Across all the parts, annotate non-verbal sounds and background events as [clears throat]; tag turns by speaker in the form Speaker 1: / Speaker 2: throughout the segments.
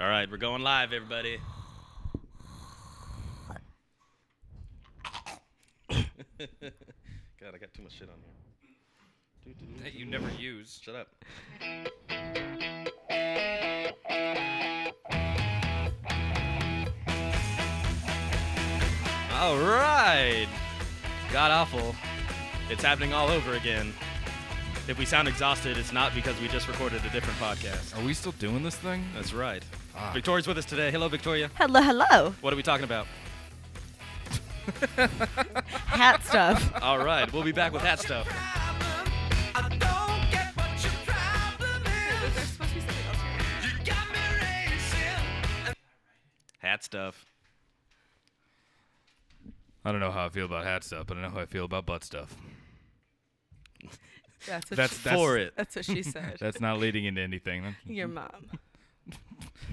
Speaker 1: All right, we're going live, everybody. [laughs] God, I got too much shit on here.
Speaker 2: that you never use.
Speaker 1: Shut up. All right. God awful. It's happening all over again. If we sound exhausted, it's not because we just recorded a different podcast.
Speaker 2: Are we still doing this thing?
Speaker 1: That's right.
Speaker 2: Ah.
Speaker 1: Victoria's with us today. Hello, Victoria.
Speaker 3: Hello, hello.
Speaker 1: What are we talking about?
Speaker 3: Hat [laughs] stuff.
Speaker 1: All right, we'll be back with that stuff. Hat stuff.
Speaker 2: I don't know how I feel about hat stuff, but I know how I feel about butt stuff.
Speaker 3: That's
Speaker 2: [laughs]
Speaker 3: what,
Speaker 2: That's
Speaker 3: she,
Speaker 2: that's,
Speaker 1: For it.
Speaker 3: that's what she said.
Speaker 2: That's not leading into anything.
Speaker 3: [laughs] Your mom.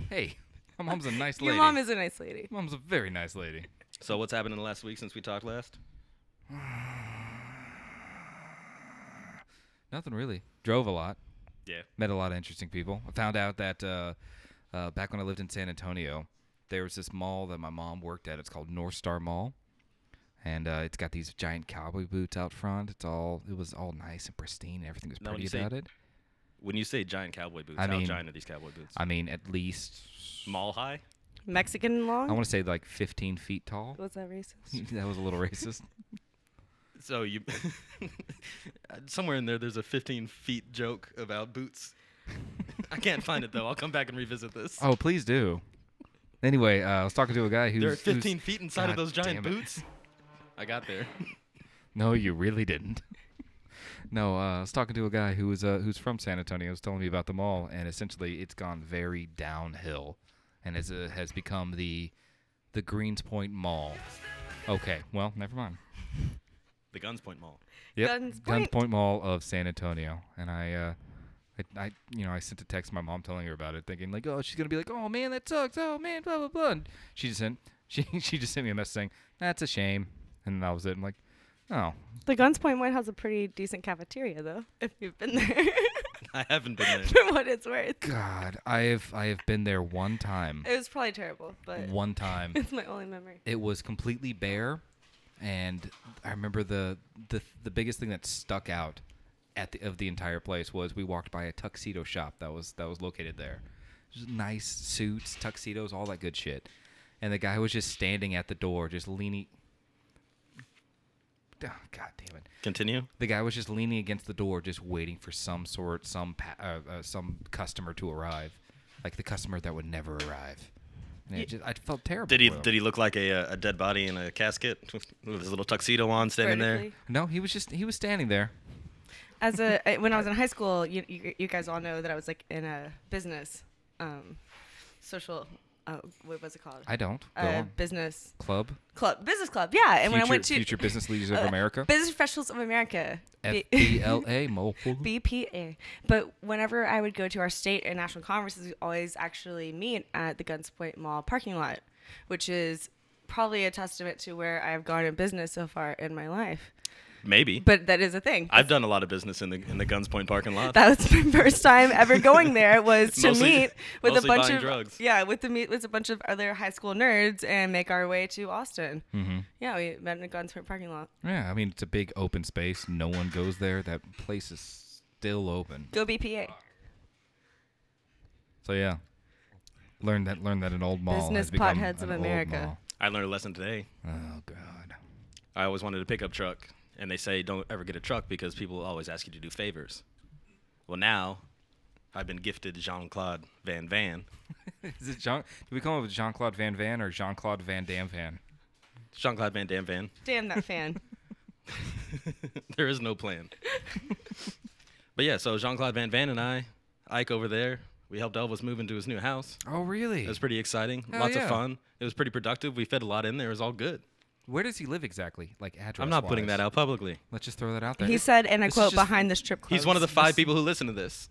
Speaker 2: Hey, my mom's a nice
Speaker 3: Your
Speaker 2: lady.
Speaker 3: mom is a nice lady.
Speaker 2: Mom's a very nice lady.
Speaker 1: So, what's happened in the last week since we talked last?
Speaker 2: Nothing really. Drove a lot.
Speaker 1: Yeah.
Speaker 2: Met a lot of interesting people. I found out that uh, uh, back when I lived in San Antonio, there was this mall that my mom worked at. It's called North Star Mall, and uh, it's got these giant cowboy boots out front. It's all it was all nice and pristine. and Everything was
Speaker 1: Now, when
Speaker 2: pretty
Speaker 1: you say
Speaker 2: about it.
Speaker 1: When you say giant cowboy boots,
Speaker 2: I
Speaker 1: how
Speaker 2: mean-
Speaker 1: giant are these cowboy boots?
Speaker 2: I mean, at least
Speaker 1: Mall high?
Speaker 3: Mexican long?
Speaker 2: I want to say like 15 feet tall. [laughs]
Speaker 3: Was that racist?
Speaker 2: that was a little racist.
Speaker 1: So, you. [laughs] somewhere in there, there's a 15 feet joke about boots. [laughs] I can't find it, though. I'll come back and revisit this.
Speaker 2: [laughs] Oh, please do. Anyway, uh, I was talking to a guy who's
Speaker 1: there are
Speaker 2: who's-
Speaker 1: 15 feet inside of
Speaker 2: God
Speaker 1: those giant
Speaker 2: damn it.
Speaker 1: boots? I got
Speaker 2: [laughs]
Speaker 1: there.
Speaker 2: No, you really didn't. [laughs] no, uh, I was talking to a guy who was uh, who's from San Antonio. He was telling me about the mall, and essentially, it's gone very downhill, and has uh, has become the the Greens Point Mall. Okay, well, never mind.
Speaker 1: The Guns Point Mall.
Speaker 2: Yep,
Speaker 3: Guns
Speaker 2: Guns
Speaker 3: Point.
Speaker 2: Point Mall of San Antonio, and I. Uh, I, I, you know, I sent a text to my mom telling her about it, thinking like, oh, she's gonna be like, oh man, that sucks. Oh man, blah blah blah. And she just sent, [laughs] she she just sent me a message saying, that's a shame, and that was it. I'm like, oh,
Speaker 3: The Guns Point one has a pretty decent cafeteria, though, if you've
Speaker 2: [laughs]
Speaker 3: been there. [laughs]
Speaker 1: I haven't been there.
Speaker 3: For what it's worth.
Speaker 2: God, I have I have been there one time.
Speaker 3: It was probably terrible, but
Speaker 2: One time.
Speaker 3: it's my only memory.
Speaker 2: It was completely bare, and I remember the the the biggest thing that stuck out at the of the entire place was we walked by a tuxedo shop that was that was located there. Just nice suits, tuxedos, all that good shit. And the guy was just standing at the door, just leaning. [sighs] Oh, God damn it!
Speaker 1: Continue.
Speaker 2: The guy was just leaning against the door, just waiting for some sort, some pa- uh, uh, some customer to arrive, like the customer that would never arrive. And it just, I felt terrible.
Speaker 1: Did he
Speaker 2: for him.
Speaker 1: did he look like a, uh, a dead body in a casket with his little tuxedo on, standing there?
Speaker 3: Vertically.
Speaker 2: No, he was just he was standing there.
Speaker 3: as a I- when I was in high school, you, you you guys all know that I was like in a business, um, social. Uh, what was it called?
Speaker 2: I don't go
Speaker 3: uh,
Speaker 2: on.
Speaker 3: business
Speaker 2: club.
Speaker 3: club, business club. Yeah, and when I
Speaker 2: Future-
Speaker 3: went to
Speaker 2: Future Business
Speaker 3: [laughs]
Speaker 2: Leaders of
Speaker 3: uh,
Speaker 2: America?
Speaker 3: business professionals of America, B- [laughs]
Speaker 2: FBLA mole.
Speaker 3: BPA. But whenever I would go to our state and national conferences, we always actually meet at the Guns Point Mall parking lot, which is probably a testament to where I've gone in business so far in my life.
Speaker 1: Maybe.
Speaker 3: But that is a thing.
Speaker 1: I've done a lot of business in the in the Guns Point parking lot.
Speaker 3: that was my first time ever going there was to
Speaker 1: Mostly-
Speaker 3: meet with a
Speaker 1: mostly
Speaker 3: bunch
Speaker 1: buying
Speaker 3: of
Speaker 1: drugs.
Speaker 3: yeah with the meet with a bunch of other high school nerds and make our way to austin
Speaker 1: Mm-hmm.
Speaker 3: yeah we met in a guns Point parking lot
Speaker 2: Yeah, I mean it's a big open space. No one goes there. That place is still open.
Speaker 3: go bpa
Speaker 2: So yeah, learned that learned that an old mall
Speaker 3: Business
Speaker 2: has become
Speaker 3: potheads of
Speaker 2: an old
Speaker 3: America.
Speaker 1: I learned a lesson today.
Speaker 2: mall. Oh God. [laughs]
Speaker 1: I always wanted a pickup truck, and they say don't ever get a truck because people always ask you to do favors. Well, now I've been gifted Jean Claude Van Van,
Speaker 2: Is it Jean? Do we call him Jean Claude Van Van or Jean Claude Van Dam Van?
Speaker 1: Jean Claude Van Dam Van. [laughs]
Speaker 3: damn that fan
Speaker 1: there is no plan.
Speaker 3: [laughs]
Speaker 1: but yeah, so Jean Claude Van Van and I, Ike over there, we helped Elvis move into his new house.
Speaker 2: Oh really?
Speaker 1: It was pretty exciting.
Speaker 2: Hell
Speaker 1: Lots
Speaker 2: yeah.
Speaker 1: of fun. It was pretty productive. We fed a lot in there. It was all good.
Speaker 2: Where does he live exactly? Like address.
Speaker 1: I'm not putting that out publicly.
Speaker 2: Let's just throw that out there.
Speaker 3: he said and i
Speaker 2: This is
Speaker 3: quote
Speaker 2: just-
Speaker 3: behind the strip clubs
Speaker 1: He's one of the five people who listen to
Speaker 3: [laughs]
Speaker 1: this.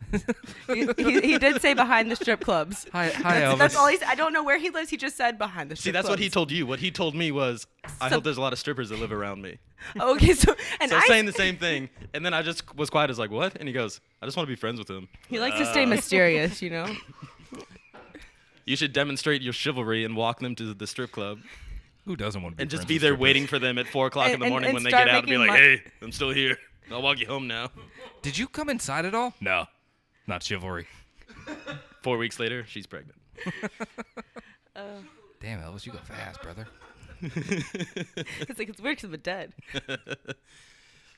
Speaker 3: he, he, he did say behind the strip clubs
Speaker 2: Hi,
Speaker 3: [laughs]
Speaker 2: hi,
Speaker 3: that's,
Speaker 2: Elvis.
Speaker 3: that's all he's i don't know where he lives he just said behind the strip
Speaker 1: See, that's what he
Speaker 3: clubs.
Speaker 1: told you. What he told me was, I
Speaker 3: So-
Speaker 1: hope there's a lot of strippers that live around
Speaker 3: [laughs]
Speaker 1: me.
Speaker 3: okay so and
Speaker 1: So
Speaker 3: i
Speaker 1: saying the same thing, and then I just was quiet. I was like, "What?" Uh. And he goes, "I just want to be friends with him." [laughs]
Speaker 3: he likes to stay mysterious you know
Speaker 1: You should demonstrate your chivalry and walk them to the strip club
Speaker 2: Who doesn't want to be
Speaker 1: and just
Speaker 2: friends
Speaker 1: be
Speaker 2: with
Speaker 1: there
Speaker 2: strippers?
Speaker 1: waiting for them at four o'clock in
Speaker 3: And-
Speaker 1: the
Speaker 3: and-
Speaker 1: morning
Speaker 3: and
Speaker 1: when they
Speaker 3: start
Speaker 1: get out and be
Speaker 3: making
Speaker 1: like,
Speaker 3: mon-
Speaker 1: "Hey, I'm still here. I'll walk you home now."
Speaker 2: Did you come inside at all? No, not chivalry.
Speaker 1: Four weeks later, she's pregnant.
Speaker 2: Damn, Elvis, you go fast, brother.
Speaker 3: it's like it's weird because I'm dead.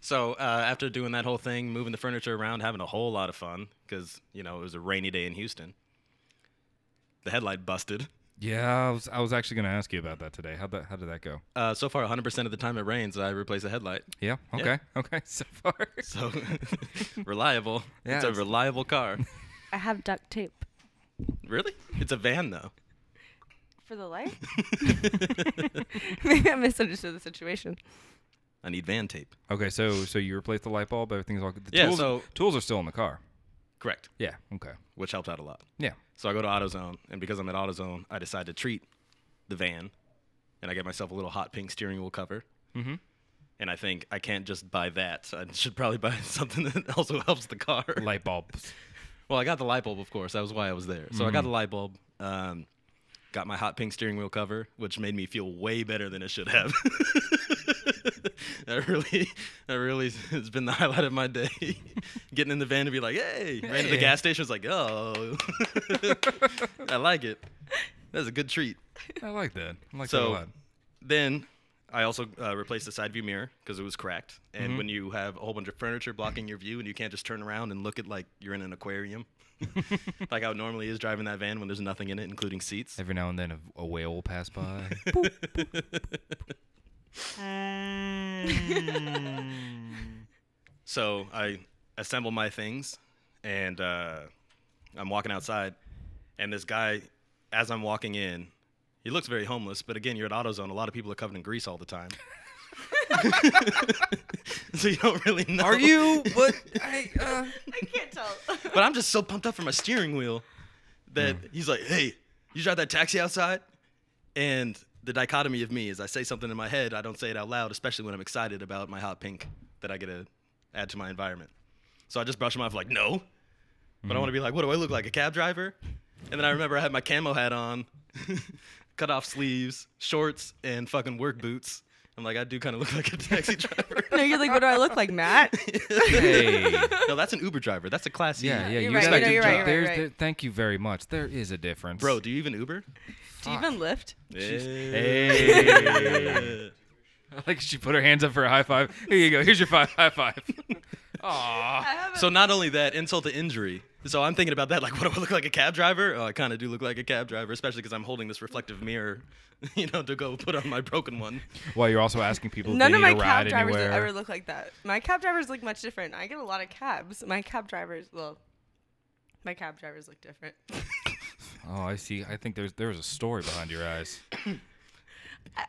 Speaker 1: So uh, after doing that whole thing, moving the furniture around, having a whole lot of fun because you know it was a rainy day in Houston. The headlight busted.
Speaker 2: Yeah, I was, I was actually going to ask you about that today. How that how did that go?
Speaker 1: Uh, so far, 100% of the time it rains, I replace the headlight. [laughs]
Speaker 2: Yeah. Okay. [laughs] Okay. So far.
Speaker 1: So [laughs] reliable.
Speaker 2: Yeah,
Speaker 1: it's a
Speaker 2: it's-
Speaker 1: reliable car. [laughs]
Speaker 3: I have duct tape
Speaker 1: really? It's a van though. [laughs]
Speaker 3: for the light. [laughs] Maybe I misunderstood the situation.
Speaker 1: I need van tape.
Speaker 2: Okay. So so you replaced the light bulb. Everything's all good. The
Speaker 1: Yeah,
Speaker 2: Tools,
Speaker 1: so-
Speaker 2: tools are still in the car.
Speaker 1: Correct.
Speaker 2: Yeah. Okay.
Speaker 1: Which helped out a lot.
Speaker 2: Yeah.
Speaker 1: So I go to AutoZone, and because I'm at AutoZone, I decide to treat the van, and I get myself a little hot pink steering wheel cover. Mm-hmm. And I think I can't just buy that. I should probably buy [laughs] something that also helps the car.
Speaker 2: Light [laughs] bulbs.
Speaker 1: Well, I got the light bulb, of course. That was why I was there. So I got the light bulb. Um, got my hot pink steering wheel cover, which made me feel way better than it should have. [laughs] that really, that really has been the highlight of my day. [laughs] Getting in the van to be like, hey, ran to the
Speaker 2: Hey.
Speaker 1: gas station. Was like, oh, [laughs] I like it. That's a good treat.
Speaker 2: I like that. I like that a
Speaker 1: So-
Speaker 2: [laughs] lot.
Speaker 1: Then I also uh, replaced the side view mirror because it was cracked. And when you have a whole bunch of furniture blocking your view and you can't just turn around and look at like you're in an aquarium, like how it normally is driving that van when there's nothing in it, including seats.
Speaker 2: Every now and then a, a whale will pass by.
Speaker 1: So I assemble my things and uh, I'm walking outside. And this guy, as I'm walking in, he looks very homeless, but again, you're at AutoZone. A lot of people are covered in grease all the
Speaker 2: [laughs]
Speaker 1: time. [laughs] so you don't really know.
Speaker 2: are [laughs] you? But I. Uh,
Speaker 3: I can't tell.
Speaker 1: But I'm just so pumped up for my steering wheel that he's like, hey, you drive that taxi outside? And the dichotomy of me is I say something in my head, I don't say it out loud, especially when I'm excited about my hot pink that I get to add to my environment. So I just brush him off like, no.
Speaker 2: Mm-hmm.
Speaker 1: But I want to be like, what do I look like, a cab driver? And then I remember I had my camo hat on, [laughs] cut off sleeves, shorts, and fucking work boots. I'm like, I do kind of look [laughs] like a
Speaker 2: [laughs]
Speaker 1: taxi driver.
Speaker 3: [laughs] no, you're like, what do I look like, Matt?
Speaker 2: hey.
Speaker 1: no, that's an Uber driver. That's a classy.
Speaker 2: [laughs] Yeah, yeah,
Speaker 3: you're
Speaker 2: you
Speaker 3: right,
Speaker 2: respect
Speaker 1: no, you're
Speaker 2: your
Speaker 1: right, you're right,
Speaker 2: job. There's
Speaker 3: right.
Speaker 2: there- thank you very much. There is a difference,
Speaker 1: Bro, do you even Uber?
Speaker 3: Do you even lift?
Speaker 2: Hey. [laughs] like she put her hands up for a high five. Here you go. Here's your five, high five. [laughs] Aw.
Speaker 3: I have
Speaker 1: So not only that, insult to injury. So I'm thinking about that, like, [laughs] what do I look like, a cab driver? Oh, I kind of do look like a cab driver, especially because I'm holding this reflective mirror, [laughs] you know, to go put on my broken one.
Speaker 2: Well, you're also asking people. if
Speaker 3: None
Speaker 2: they
Speaker 3: of
Speaker 2: need
Speaker 3: my
Speaker 2: a
Speaker 3: cab
Speaker 2: ride
Speaker 3: drivers
Speaker 2: anywhere.
Speaker 3: ever look like that. My cab drivers look much different. I get a lot of cabs. My cab drivers, well, my cab drivers look different. [laughs]
Speaker 2: Oh, I see. I think there's there's a story behind your
Speaker 3: [laughs]
Speaker 2: eyes.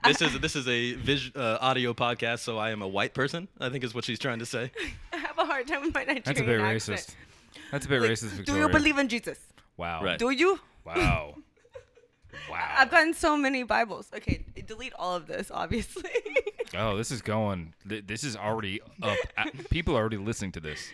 Speaker 1: This is this is a vis- uh, audio podcast, so I am a white person. I think is what she's trying to say.
Speaker 3: I have a hard time with my Nigerian
Speaker 2: That's a bit
Speaker 3: accent.
Speaker 2: racist. That's a bit
Speaker 3: Like,
Speaker 2: racist,
Speaker 3: do
Speaker 2: Victoria.
Speaker 3: you believe in Jesus?
Speaker 2: Wow.
Speaker 1: Right.
Speaker 3: Do you? [laughs]
Speaker 2: Wow. wow.
Speaker 3: I've gotten so many Bibles. Okay, delete all of this, obviously. [laughs]
Speaker 2: Oh, this is going. th- This is already up. Uh, People are already listening to this.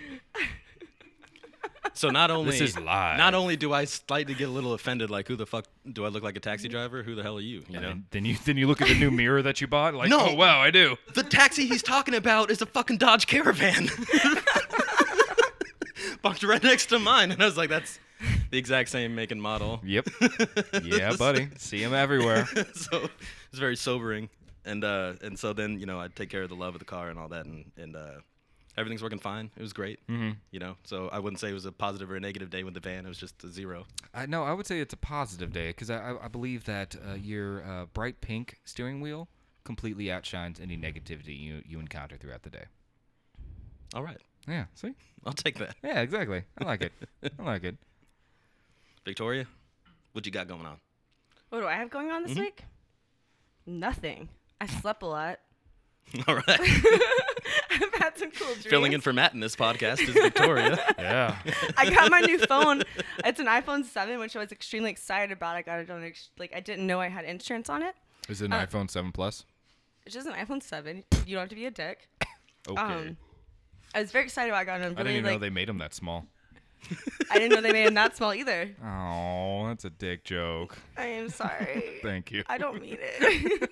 Speaker 1: So not only
Speaker 2: [laughs] This is live.
Speaker 1: Not only do I slightly get a little offended, like, who the fuck do I look like a taxi driver? Who the hell are you? You know.
Speaker 2: And then you then you look at the new mirror that you bought. Like,
Speaker 1: No.
Speaker 2: oh wow, I
Speaker 3: [laughs]
Speaker 2: do.
Speaker 1: The taxi he's talking about is a fucking Dodge Caravan. [laughs] Parked right next to mine, and I was like, "That's the exact same make and model."
Speaker 2: Yep. Yeah, buddy. See him everywhere.
Speaker 1: [laughs] so it's very sobering. And uh, and so then you know I take care of the love of the car and all that, and and uh, everything's working fine. It was great. Mm-hmm. You know, so I wouldn't say it was a positive or a negative day with the van. It was just a zero.
Speaker 2: I, no, I would say it's a positive day because I, I, I believe that uh, your uh, bright pink steering wheel completely outshines any negativity you, you encounter throughout the day.
Speaker 1: All right,
Speaker 2: Yeah, see?
Speaker 1: I'll take that.
Speaker 2: Yeah, exactly. I like it. I like it.
Speaker 1: Victoria, what you got going on? [laughs]
Speaker 3: what do I have going on
Speaker 2: Mm-hmm.
Speaker 3: this week? Nothing. I slept a lot. [laughs]
Speaker 1: All right,
Speaker 3: I've had some cool dreams.
Speaker 1: filling in for Matt in this podcast is Victoria.
Speaker 2: [laughs] Yeah.
Speaker 3: I
Speaker 2: [laughs]
Speaker 3: got my new phone. It's an iPhone 7, which I was extremely excited about. I got it on, ex- like, I didn't know I had insurance on it.
Speaker 2: Is it an iPhone 7 Plus?
Speaker 3: It's just an iPhone 7. You don't have to be a dick.
Speaker 2: Okay.
Speaker 3: Um, I was very excited about it. I got it.
Speaker 2: I
Speaker 3: I'm
Speaker 2: didn't
Speaker 3: really,
Speaker 2: even know
Speaker 3: like,
Speaker 2: they made them that small.
Speaker 3: I didn't know they made him that small either.
Speaker 2: Oh, that's a dick joke.
Speaker 3: [laughs] I am [laughs] sorry.
Speaker 2: Thank you.
Speaker 3: I don't mean it.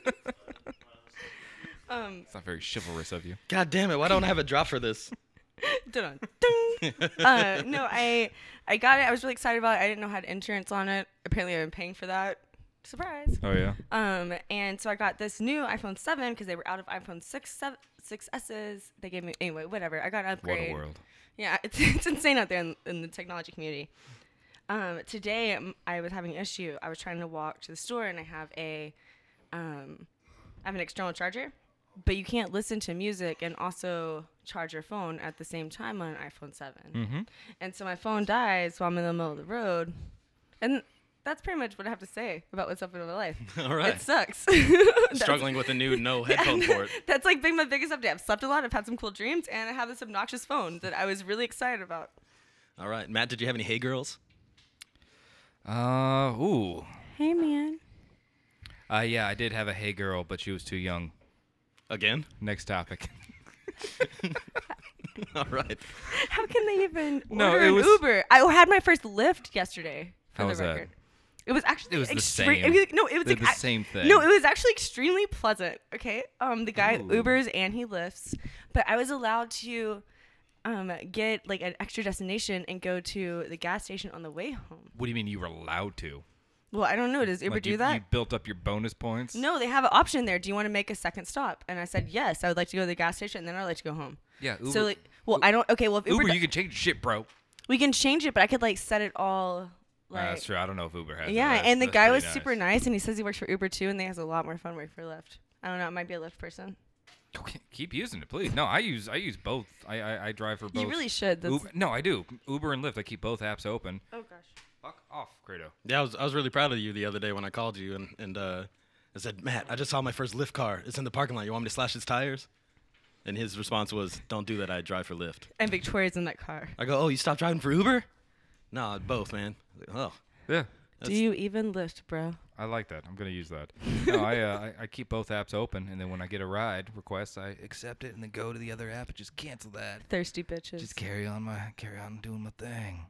Speaker 3: um,
Speaker 2: It's not very chivalrous of you.
Speaker 1: God damn it! Why don't I have a drop for this?
Speaker 3: [laughs] dun, dun. uh, no, I I got it. I was really excited about it. I didn't know I had insurance on it. Apparently, I've been paying for that. Surprise.
Speaker 2: Oh yeah.
Speaker 3: Um, and so I got this new iPhone 7 because they were out of iPhone 6, 7, 6s. They gave me anyway, whatever. I got an
Speaker 2: What
Speaker 3: upgrade.
Speaker 2: a world.
Speaker 3: Yeah, [laughs] it's, it's insane out there in, in the technology community. Um, today, um, I was having an issue. I was trying to walk to the store, and I have a, um, I have an external charger, but you can't listen to music and also charge your phone at the same time on an iPhone 7
Speaker 1: Mm-hmm.
Speaker 3: And so my phone dies while I'm in the middle of the road, and that's pretty much what I have to say about what's up in my life.
Speaker 1: [laughs] [laughs] All right.
Speaker 3: It sucks. [laughs] That's-
Speaker 1: Struggling with a new [laughs] no headphone port.
Speaker 3: [laughs] That's like been my biggest update. I've slept a lot. I've had some cool dreams, and I have this obnoxious phone that I was really excited about.
Speaker 1: All right, Matt. Did you have any hey girls?
Speaker 2: Uh ooh.
Speaker 3: Hey, man.
Speaker 2: Uh yeah, I did have a hey girl, but she was too young.
Speaker 1: Again? [laughs]
Speaker 2: Next topic. [laughs]
Speaker 1: All right.
Speaker 3: How can they even
Speaker 2: [laughs] No,
Speaker 3: order
Speaker 2: it
Speaker 3: an
Speaker 2: was-
Speaker 3: Uber? I had my first Lyft yesterday.
Speaker 2: How
Speaker 3: For the
Speaker 2: was that?
Speaker 3: record. It was actually
Speaker 2: It was the
Speaker 3: extre-
Speaker 2: same.
Speaker 3: it was- no, it was
Speaker 2: They're
Speaker 3: like,
Speaker 2: the
Speaker 3: I-
Speaker 2: same thing.
Speaker 3: No, it was actually extremely pleasant. Okay, um, the guy
Speaker 2: Ooh.
Speaker 3: Ubers and he lifts, but I was allowed to, um, get like an extra destination and go to the gas station on the way home.
Speaker 2: What do you mean you were allowed to?
Speaker 3: Well, I don't know. Does Uber
Speaker 2: Like,
Speaker 3: do
Speaker 2: you,
Speaker 3: that?
Speaker 2: You built up your bonus points.
Speaker 3: No, they have an option there. Do you want to make a second stop? And I said, yes, I would like to go to the gas station and then I'd like to go home.
Speaker 2: Yeah. Uber,
Speaker 3: So, like, well, I don't, okay, well, if Uber,
Speaker 2: Uber,
Speaker 3: do-
Speaker 2: you can change shit, bro.
Speaker 3: we can change it, but I could like set it all like.
Speaker 2: Uh, that's true. I don't know if Uber has. it.
Speaker 3: Yeah,
Speaker 2: That's-
Speaker 3: and the
Speaker 2: that's
Speaker 3: guy
Speaker 2: pretty
Speaker 3: was super nice and he says he works for Uber too and they has a lot more fun work for Lyft. I don't know, I might be a Lyft person.
Speaker 2: Okay, Keep using it, please. No, I use I use both. I I, I drive for both.
Speaker 3: You really should. That's,
Speaker 2: Uber, no, I do. Uber and Lyft. I keep both apps open.
Speaker 3: oh gosh.
Speaker 2: Fuck off, Credo.
Speaker 1: Yeah, I was, I was really proud of you the other day when I called you and, and uh, I said, Matt, I just saw my first Lyft car. It's in the parking lot. You want me to slash its tires? And his response was, Don't do that. I drive for Lyft.
Speaker 3: And Victoria's in that car.
Speaker 1: I go, Oh, you stopped driving for Uber? Nah, both, man. I was like, oh,
Speaker 2: Yeah,
Speaker 3: Do you even Lyft, bro?
Speaker 2: I like that. I'm gonna use that. No, I, uh, I I keep both apps open, and then when I get a ride request, I accept it, and then go to the other app and just cancel that.
Speaker 3: Thirsty bitches.
Speaker 2: Just carry on my carry on doing my thing.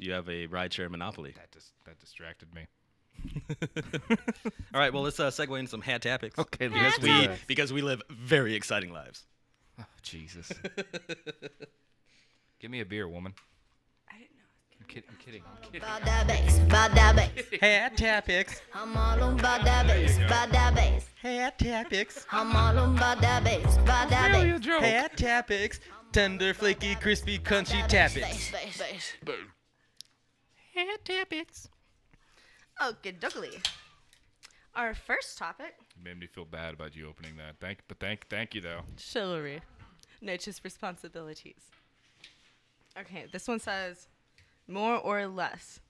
Speaker 1: you have a rideshare monopoly.
Speaker 2: That just that distracted me.
Speaker 1: All right, well, let's uh, segue into some hat topics.
Speaker 2: Okay,
Speaker 1: Because we, because we live very exciting lives.
Speaker 2: Oh, Jesus. Give me a beer, woman.
Speaker 3: I didn't know.
Speaker 2: I'm, kid- I'm kidding. I'm kidding.
Speaker 4: About that bass, about that bass.
Speaker 1: Hat topics.
Speaker 4: I'm all about that bass, about that bass.
Speaker 1: Hat topics.
Speaker 4: I'm all about that bass, about that bass.
Speaker 1: Hat topics. Tender, flaky, crispy, crunchy topics.
Speaker 4: Bass, bass, bass.
Speaker 3: Okie dokie. Our first topic
Speaker 2: You made me feel bad about you opening that. Thank, but thank, thank you though.
Speaker 3: Chivalry. Nature's responsibilities. Okay, this one says more or less.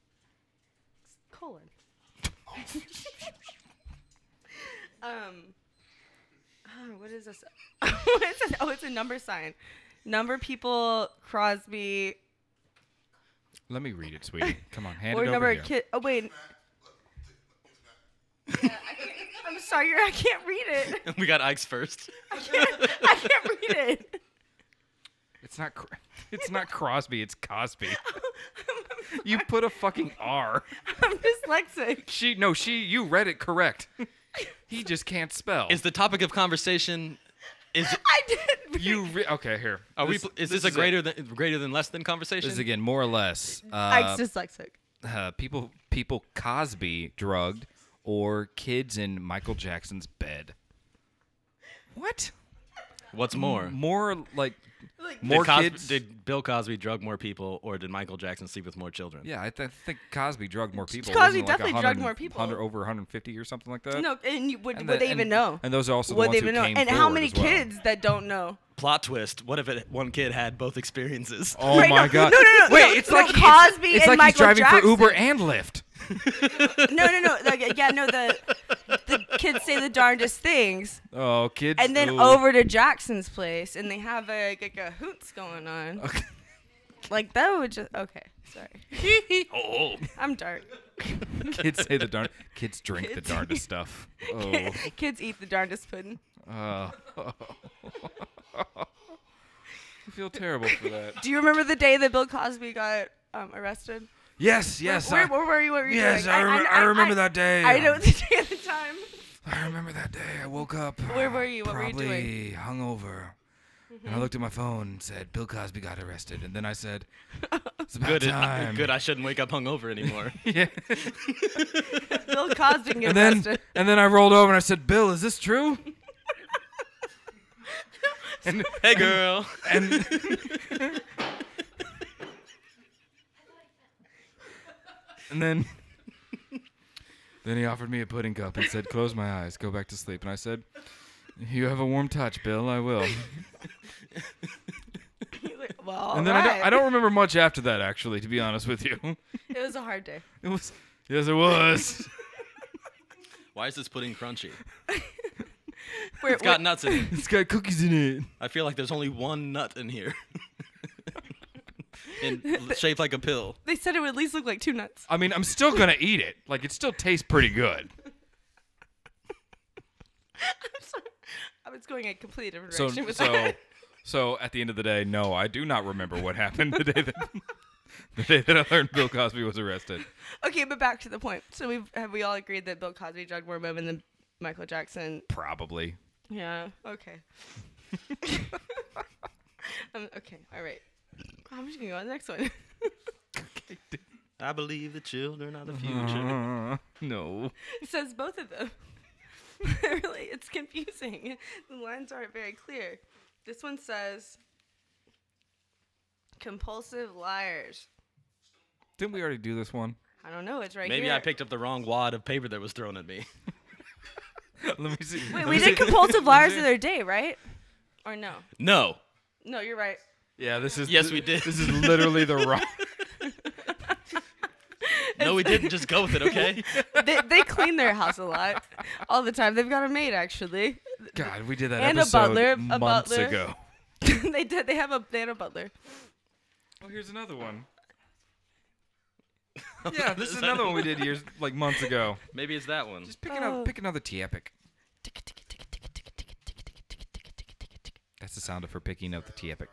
Speaker 3: Colon. [laughs] um, oh, what is this? [laughs] what is this? Oh, it's a number sign. Number people, Crosby,
Speaker 2: Let me read it,
Speaker 3: [laughs]
Speaker 2: sweetie. Come on, hand
Speaker 3: or
Speaker 2: it
Speaker 3: number
Speaker 2: over here.
Speaker 3: kid. Oh, wait. Yeah, I can't, I'm sorry, I can't read
Speaker 1: [laughs] [laughs]
Speaker 3: it. [laughs]
Speaker 1: we got Ike's first.
Speaker 3: I can't, I can't read it. [laughs]
Speaker 2: It's not, Cr- [laughs] it's not Crosby. It's
Speaker 3: [laughs]
Speaker 2: Cosby. You put a fucking R.
Speaker 3: I'm dyslexic.
Speaker 2: She, no, she. You read it correct. He just can't spell.
Speaker 1: Is the topic of conversation?
Speaker 2: [laughs]
Speaker 1: Is
Speaker 3: I did. [laughs]
Speaker 2: you re- okay? Here.
Speaker 1: are
Speaker 2: This-
Speaker 1: we? Is this, a
Speaker 2: it.
Speaker 1: greater than greater than less than conversation?
Speaker 2: This is again more or less. Uh,
Speaker 3: Ike's dyslexic.
Speaker 2: uh, people, people, Cosby drugged or kids in Michael Jackson's bed. What?
Speaker 1: What's more?
Speaker 2: More like
Speaker 3: Like-
Speaker 2: more
Speaker 1: did, Cos-
Speaker 2: kids.
Speaker 1: did Bill Cosby drug more people, or did Michael Jackson sleep with more children?
Speaker 2: Yeah, I, th- think Cosby drugged more people.
Speaker 3: Cosby
Speaker 2: Wasn't it
Speaker 3: definitely drugged
Speaker 2: 100
Speaker 3: more people.
Speaker 2: 100 over 150 or something like that.
Speaker 3: No, and you, would,
Speaker 2: And
Speaker 3: would
Speaker 2: the-
Speaker 3: they even
Speaker 2: and-
Speaker 3: know?
Speaker 2: And those are also the
Speaker 3: would
Speaker 2: ones
Speaker 3: they
Speaker 2: who
Speaker 3: even know?
Speaker 2: came
Speaker 3: And how
Speaker 2: forward
Speaker 3: many
Speaker 2: as well.
Speaker 3: kids that don't know?
Speaker 1: Plot twist: What if it, one kid had both experiences? [laughs]
Speaker 2: Oh
Speaker 3: Right,
Speaker 2: my
Speaker 3: no,
Speaker 2: god!
Speaker 3: no, no, no,
Speaker 2: Wait,
Speaker 3: no,
Speaker 2: it's
Speaker 3: no,
Speaker 2: like it's-
Speaker 3: Cosby
Speaker 2: it's,
Speaker 3: and
Speaker 2: like
Speaker 3: Michael
Speaker 2: he's driving
Speaker 3: Jackson.
Speaker 2: for Uber and Lyft.
Speaker 3: No, no, no. Like, yeah, no. The the kids say the darndest
Speaker 2: [laughs]
Speaker 3: things,
Speaker 2: Oh, kids!
Speaker 3: and then
Speaker 2: ooh.
Speaker 3: over to Jackson's place, and they have a like a hoots going on.
Speaker 2: [laughs] Okay.
Speaker 3: Like that would just okay.
Speaker 2: [laughs]
Speaker 3: Sorry,
Speaker 1: Oh,
Speaker 3: [laughs] I'm dark.
Speaker 2: kids say the darn. Kids drink
Speaker 3: Kids.
Speaker 2: the darndest
Speaker 3: [laughs]
Speaker 2: stuff. Oh, [laughs]
Speaker 3: Kids eat the darndest pudding.
Speaker 2: uh, feel terrible for that.
Speaker 3: Do you remember the day that Bill Cosby got um, arrested?
Speaker 2: Yes, yes.
Speaker 3: Where,
Speaker 2: I-
Speaker 3: where were you? What were you
Speaker 2: yes,
Speaker 3: doing?
Speaker 2: I remem- I remember that day.
Speaker 3: I know the [laughs] day at the time.
Speaker 2: I remember that day. I woke up.
Speaker 3: Where were you? What were you
Speaker 2: probably
Speaker 3: doing? Mm-hmm.
Speaker 2: hungover. And I looked at my phone and said, Bill Cosby got arrested. And then I said,
Speaker 3: [laughs]
Speaker 2: It's about
Speaker 1: Good,
Speaker 2: time.
Speaker 1: good. I shouldn't wake up hungover anymore.
Speaker 2: [laughs] yeah.
Speaker 3: Bill Cosby getting
Speaker 2: And then,
Speaker 3: arrested.
Speaker 2: and then I rolled over and I said, Bill, is this true? [laughs] [laughs] and,
Speaker 1: hey, girl.
Speaker 2: and and
Speaker 3: [laughs]
Speaker 2: then then he offered me a pudding cup and said close my eyes go back to sleep and i said you have a warm touch bill i will
Speaker 3: [laughs] He's like, well,
Speaker 2: and then I, don't, I
Speaker 3: alright.
Speaker 2: don't remember much after that actually to be honest with you [laughs]
Speaker 3: It was a hard day.
Speaker 2: it was yes it was [laughs]
Speaker 1: Why is this pudding crunchy?
Speaker 3: [laughs] Where,
Speaker 1: It's got nuts in it.
Speaker 2: it's got cookies in it
Speaker 1: I feel like there's only one nut in
Speaker 3: [laughs]
Speaker 1: here. and l- shaped like a pill.
Speaker 3: they said it would at least look like two nuts. [laughs]
Speaker 2: i mean i'm still gonna eat it like it still tastes pretty good
Speaker 3: I was going a completely different
Speaker 2: so
Speaker 3: direction with
Speaker 2: so
Speaker 3: that. [laughs]
Speaker 2: so at the end of the day, no, I do not remember what happened the day that [laughs] the day that I learned Bill Cosby was arrested.
Speaker 3: Okay, but back to the point. So we have we all agreed that Bill Cosby drugged more women than Michael Jackson.
Speaker 2: Probably.
Speaker 3: Yeah. Okay. [laughs] um, okay. All right. I'm just gonna go on to the next one.
Speaker 1: I believe the children are the
Speaker 3: Mm-hmm.
Speaker 1: future.
Speaker 2: [laughs] no.
Speaker 3: it says both of them. [laughs] really, it's confusing. The lines aren't very clear. This one says compulsive liars.
Speaker 2: Didn't we already do this one?
Speaker 3: I don't know. It's right
Speaker 1: Maybe
Speaker 3: here.
Speaker 1: I picked up the wrong wad of paper that was thrown at me.
Speaker 2: Let me see.
Speaker 3: Wait, [laughs] we
Speaker 1: [laughs]
Speaker 3: did compulsive liars the other day, right? Or no?
Speaker 1: No.
Speaker 3: No, you're right.
Speaker 2: Yeah, this is
Speaker 1: Yes, we did.
Speaker 2: This is literally the wrong.
Speaker 1: No, we didn't. Just go with it,
Speaker 3: [laughs]
Speaker 1: okay?
Speaker 3: [laughs] they, they clean their house a lot, all the time. They've got a maid actually. [laughs]
Speaker 2: God, we did that
Speaker 3: And a
Speaker 2: episode
Speaker 3: butler, a
Speaker 2: months
Speaker 3: butler.
Speaker 2: ago.
Speaker 3: they did. They have a they have a butler.
Speaker 2: Oh, here's another one. [laughs] yeah, this is another one we did years like months ago.
Speaker 1: Maybe it's that one.
Speaker 2: Just pick another, pick another tea epic. That's the sound of her picking up the tea epic.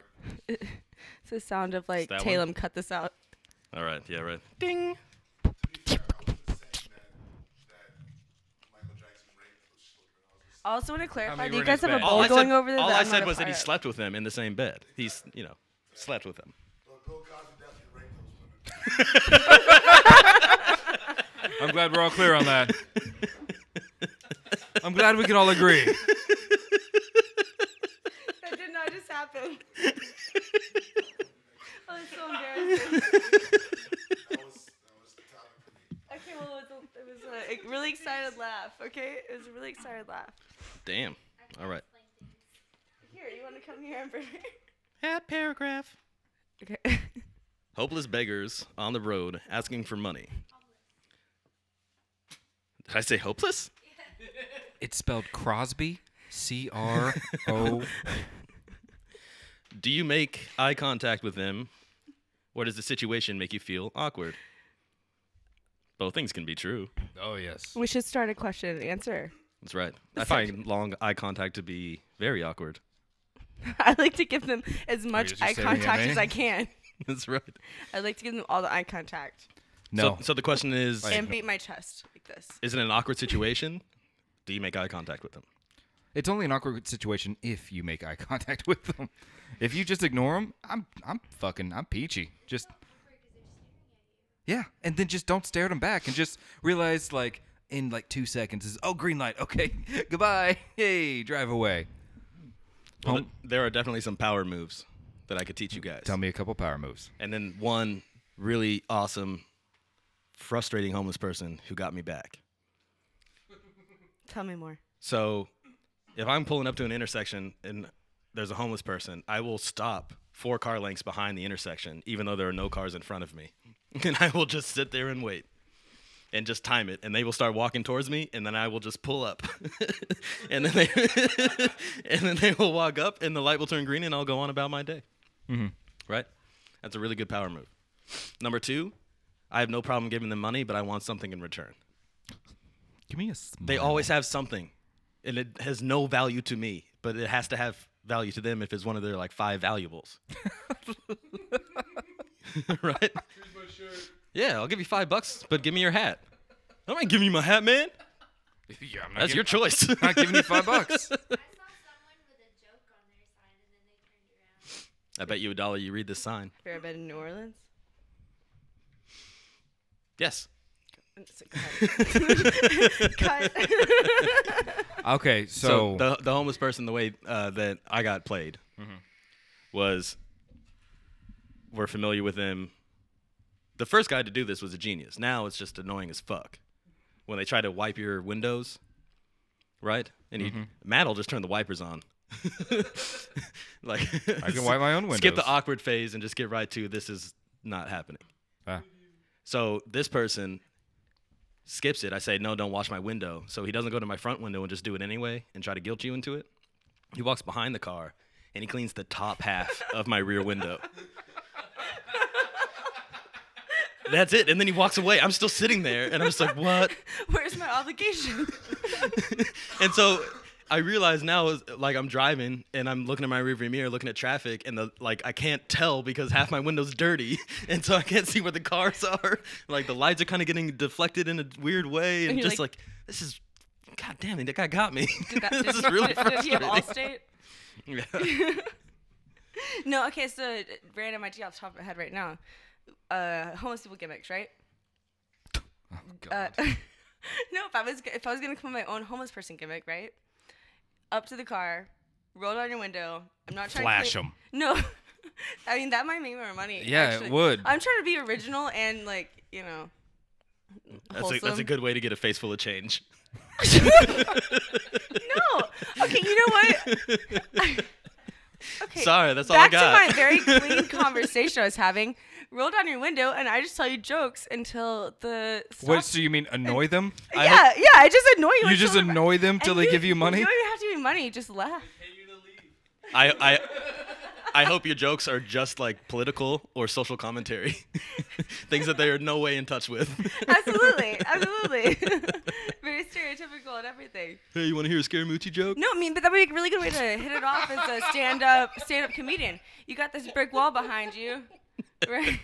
Speaker 3: It's the sound of like
Speaker 1: that one?
Speaker 3: Talem cut this out.
Speaker 1: All right. Yeah, right.
Speaker 3: Ding. I also want to clarify.
Speaker 2: many were
Speaker 3: do you
Speaker 2: in
Speaker 3: guys
Speaker 2: his
Speaker 3: have a
Speaker 2: bed?
Speaker 3: bowl
Speaker 1: All I
Speaker 3: going
Speaker 1: said,
Speaker 3: over this?
Speaker 1: all
Speaker 3: that
Speaker 1: I
Speaker 3: I'm
Speaker 1: said
Speaker 3: not a
Speaker 1: was that he
Speaker 3: part of?
Speaker 1: slept with them in the same bed. He's, you know, slept with
Speaker 3: [laughs]
Speaker 1: them.
Speaker 2: I'm glad we're all clear
Speaker 1: [laughs]
Speaker 2: on that. I'm glad we can all agree.
Speaker 3: That did not just happen. [laughs] oh, it's so [laughs] embarrassing. Okay, well, it was, a, it was a really excited laugh. Okay, it was a really excited laugh.
Speaker 1: Damn. All right.
Speaker 3: Here, you want to come here, Amber?
Speaker 1: That paragraph.
Speaker 3: okay. [laughs]
Speaker 1: Hopeless beggars on the road asking for money. Did I say hopeless?
Speaker 2: It's spelled Crosby, C R
Speaker 1: [laughs]
Speaker 2: O.
Speaker 1: Do you make eye contact with them, or does the situation make you feel awkward? Both things can be true.
Speaker 2: Oh yes.
Speaker 3: We should start a question and answer. [laughs]
Speaker 1: That's right. I find long eye contact to be very awkward. [laughs]
Speaker 3: I like to give them as much
Speaker 2: just
Speaker 3: eye
Speaker 2: staring at
Speaker 3: contact
Speaker 2: me?
Speaker 3: as I can.
Speaker 1: That's right.
Speaker 3: I like to give them all the eye contact
Speaker 2: No.
Speaker 1: So, so the question is:
Speaker 3: and beat my chest like this.
Speaker 1: Is it an awkward situation? Do you make eye contact with them?
Speaker 2: it's only an awkward situation if you make eye [laughs] contact with them. If you just ignore them, I'm I'm fucking I'm peachy. Just yeah, and then just don't stare at them back, and just realize like in like two seconds is oh green light okay [laughs] goodbye hey drive away.
Speaker 1: Well,
Speaker 2: Home-
Speaker 1: th- there are definitely some power moves that I could teach you guys.
Speaker 2: Tell me a couple power moves.
Speaker 1: And then one really awesome, frustrating homeless person who got me back.
Speaker 3: Tell me more.
Speaker 1: So if I'm pulling up to an intersection and there's a homeless person, I will stop four car lengths behind the intersection, even though there are no cars in front of me. [laughs] And I will just sit there and wait and just time it. And they will start walking towards me, and then I will just pull up. [laughs] and, then they [laughs] and then they will walk up, and the light will turn green, and I'll go on about my day. Right? That's a really good power move. Number two, I have no problem giving them money, but I want something in return.
Speaker 2: Give me a smile.
Speaker 1: They always have something, and it has no value to me, but it has to have value to them if it's one of their like five valuables. right? Yeah, I'll give you five bucks, but give me your hat. I'm not giving you my hat, man.
Speaker 2: [laughs] yeah, I'm not
Speaker 1: That's
Speaker 2: giving-
Speaker 1: your choice.
Speaker 2: [laughs] I'm not giving you five bucks.
Speaker 5: I saw someone with a joke on their sign and then they turned around.
Speaker 1: [laughs] I bet you a dollar you read this sign.
Speaker 3: Have you ever been in New Orleans?
Speaker 1: Yes.
Speaker 3: It's-
Speaker 1: [laughs]
Speaker 3: Cut. Cut.
Speaker 2: Okay,
Speaker 1: So,
Speaker 2: so,
Speaker 1: the, the homeless person, the way uh, that I got played
Speaker 2: Mm-hmm.
Speaker 1: was we're familiar with him. The first guy to do this was a genius. Now it's just annoying as fuck. When they try to wipe your windows, right? And you,
Speaker 2: Mm-hmm.
Speaker 1: Matt will just turn the wipers on. [laughs] like
Speaker 2: I can wipe my own
Speaker 1: [laughs]
Speaker 2: windows.
Speaker 1: Skip the awkward phase and just get right to this is not happening.
Speaker 3: Uh,
Speaker 2: Ah.
Speaker 1: So this person skips it. I say, no, don't wash my window. So he doesn't go to my front window and just do it anyway and try to guilt you into it. He walks behind the car and he cleans the top half of my rear window. That's it. And then he walks away. I'm still sitting there and I'm just like, what?
Speaker 3: Where's my
Speaker 1: [laughs]
Speaker 3: obligation?
Speaker 1: and so I realize now is like I'm driving and I'm looking at my rearview mirror, looking at traffic, and the like I can't tell because half my window's dirty, [laughs] and so I can't see where the cars [laughs] are. Like the lights are kind of getting deflected in a weird way, and,
Speaker 3: you're
Speaker 1: just
Speaker 3: like-
Speaker 1: like, this is, god damn it, that guy got me.
Speaker 3: [laughs]
Speaker 1: [laughs]
Speaker 3: That-
Speaker 1: this is really
Speaker 3: did, did he have
Speaker 1: frustrating.
Speaker 3: Allstate?
Speaker 1: [laughs] Yeah.
Speaker 3: No, okay, so uh, random idea off the top of my head right now. Uh, homeless people gimmicks, right? Uh, [laughs] no, if I was if I was gonna come up with my own homeless person gimmick, right? Up to the car, roll down your window. I'm not trying
Speaker 2: Flash
Speaker 3: to clean-
Speaker 2: 'em.
Speaker 3: [laughs] No, I mean that might make more money.
Speaker 2: Yeah, it
Speaker 3: actually.
Speaker 2: would.
Speaker 3: I'm trying to be original and like you know.
Speaker 1: That's a, that's a
Speaker 3: wholesome.
Speaker 1: good way to get a face full of change.
Speaker 3: No, okay, you know what?
Speaker 1: [laughs]
Speaker 3: [laughs] okay,
Speaker 1: Sorry, that's all I
Speaker 3: back
Speaker 1: got.
Speaker 3: to my
Speaker 2: [laughs]
Speaker 1: [laughs]
Speaker 3: very clean conversation I was having. Roll down your window, and I just tell you jokes until the.
Speaker 2: what?
Speaker 3: stop-
Speaker 2: So you mean annoy them?
Speaker 3: yeah, yeah. I just annoy you.
Speaker 2: You just
Speaker 3: until-
Speaker 2: annoy them till
Speaker 3: And
Speaker 2: they give you money?
Speaker 3: You don't even have to give me money. Just laugh.
Speaker 1: I, I, I hope your jokes are just like political or social commentary, [laughs] things that they are no way in touch with.
Speaker 3: Absolutely, absolutely.
Speaker 2: [laughs]
Speaker 3: [laughs] Very stereotypical and everything.
Speaker 1: [laughs] hey, you want to hear a Scaramucci
Speaker 3: [laughs]
Speaker 1: joke?
Speaker 3: No, I mean, but that would be a really good way to hit it off as a stand-up stand-up comedian. You got this brick wall behind you, [laughs] right?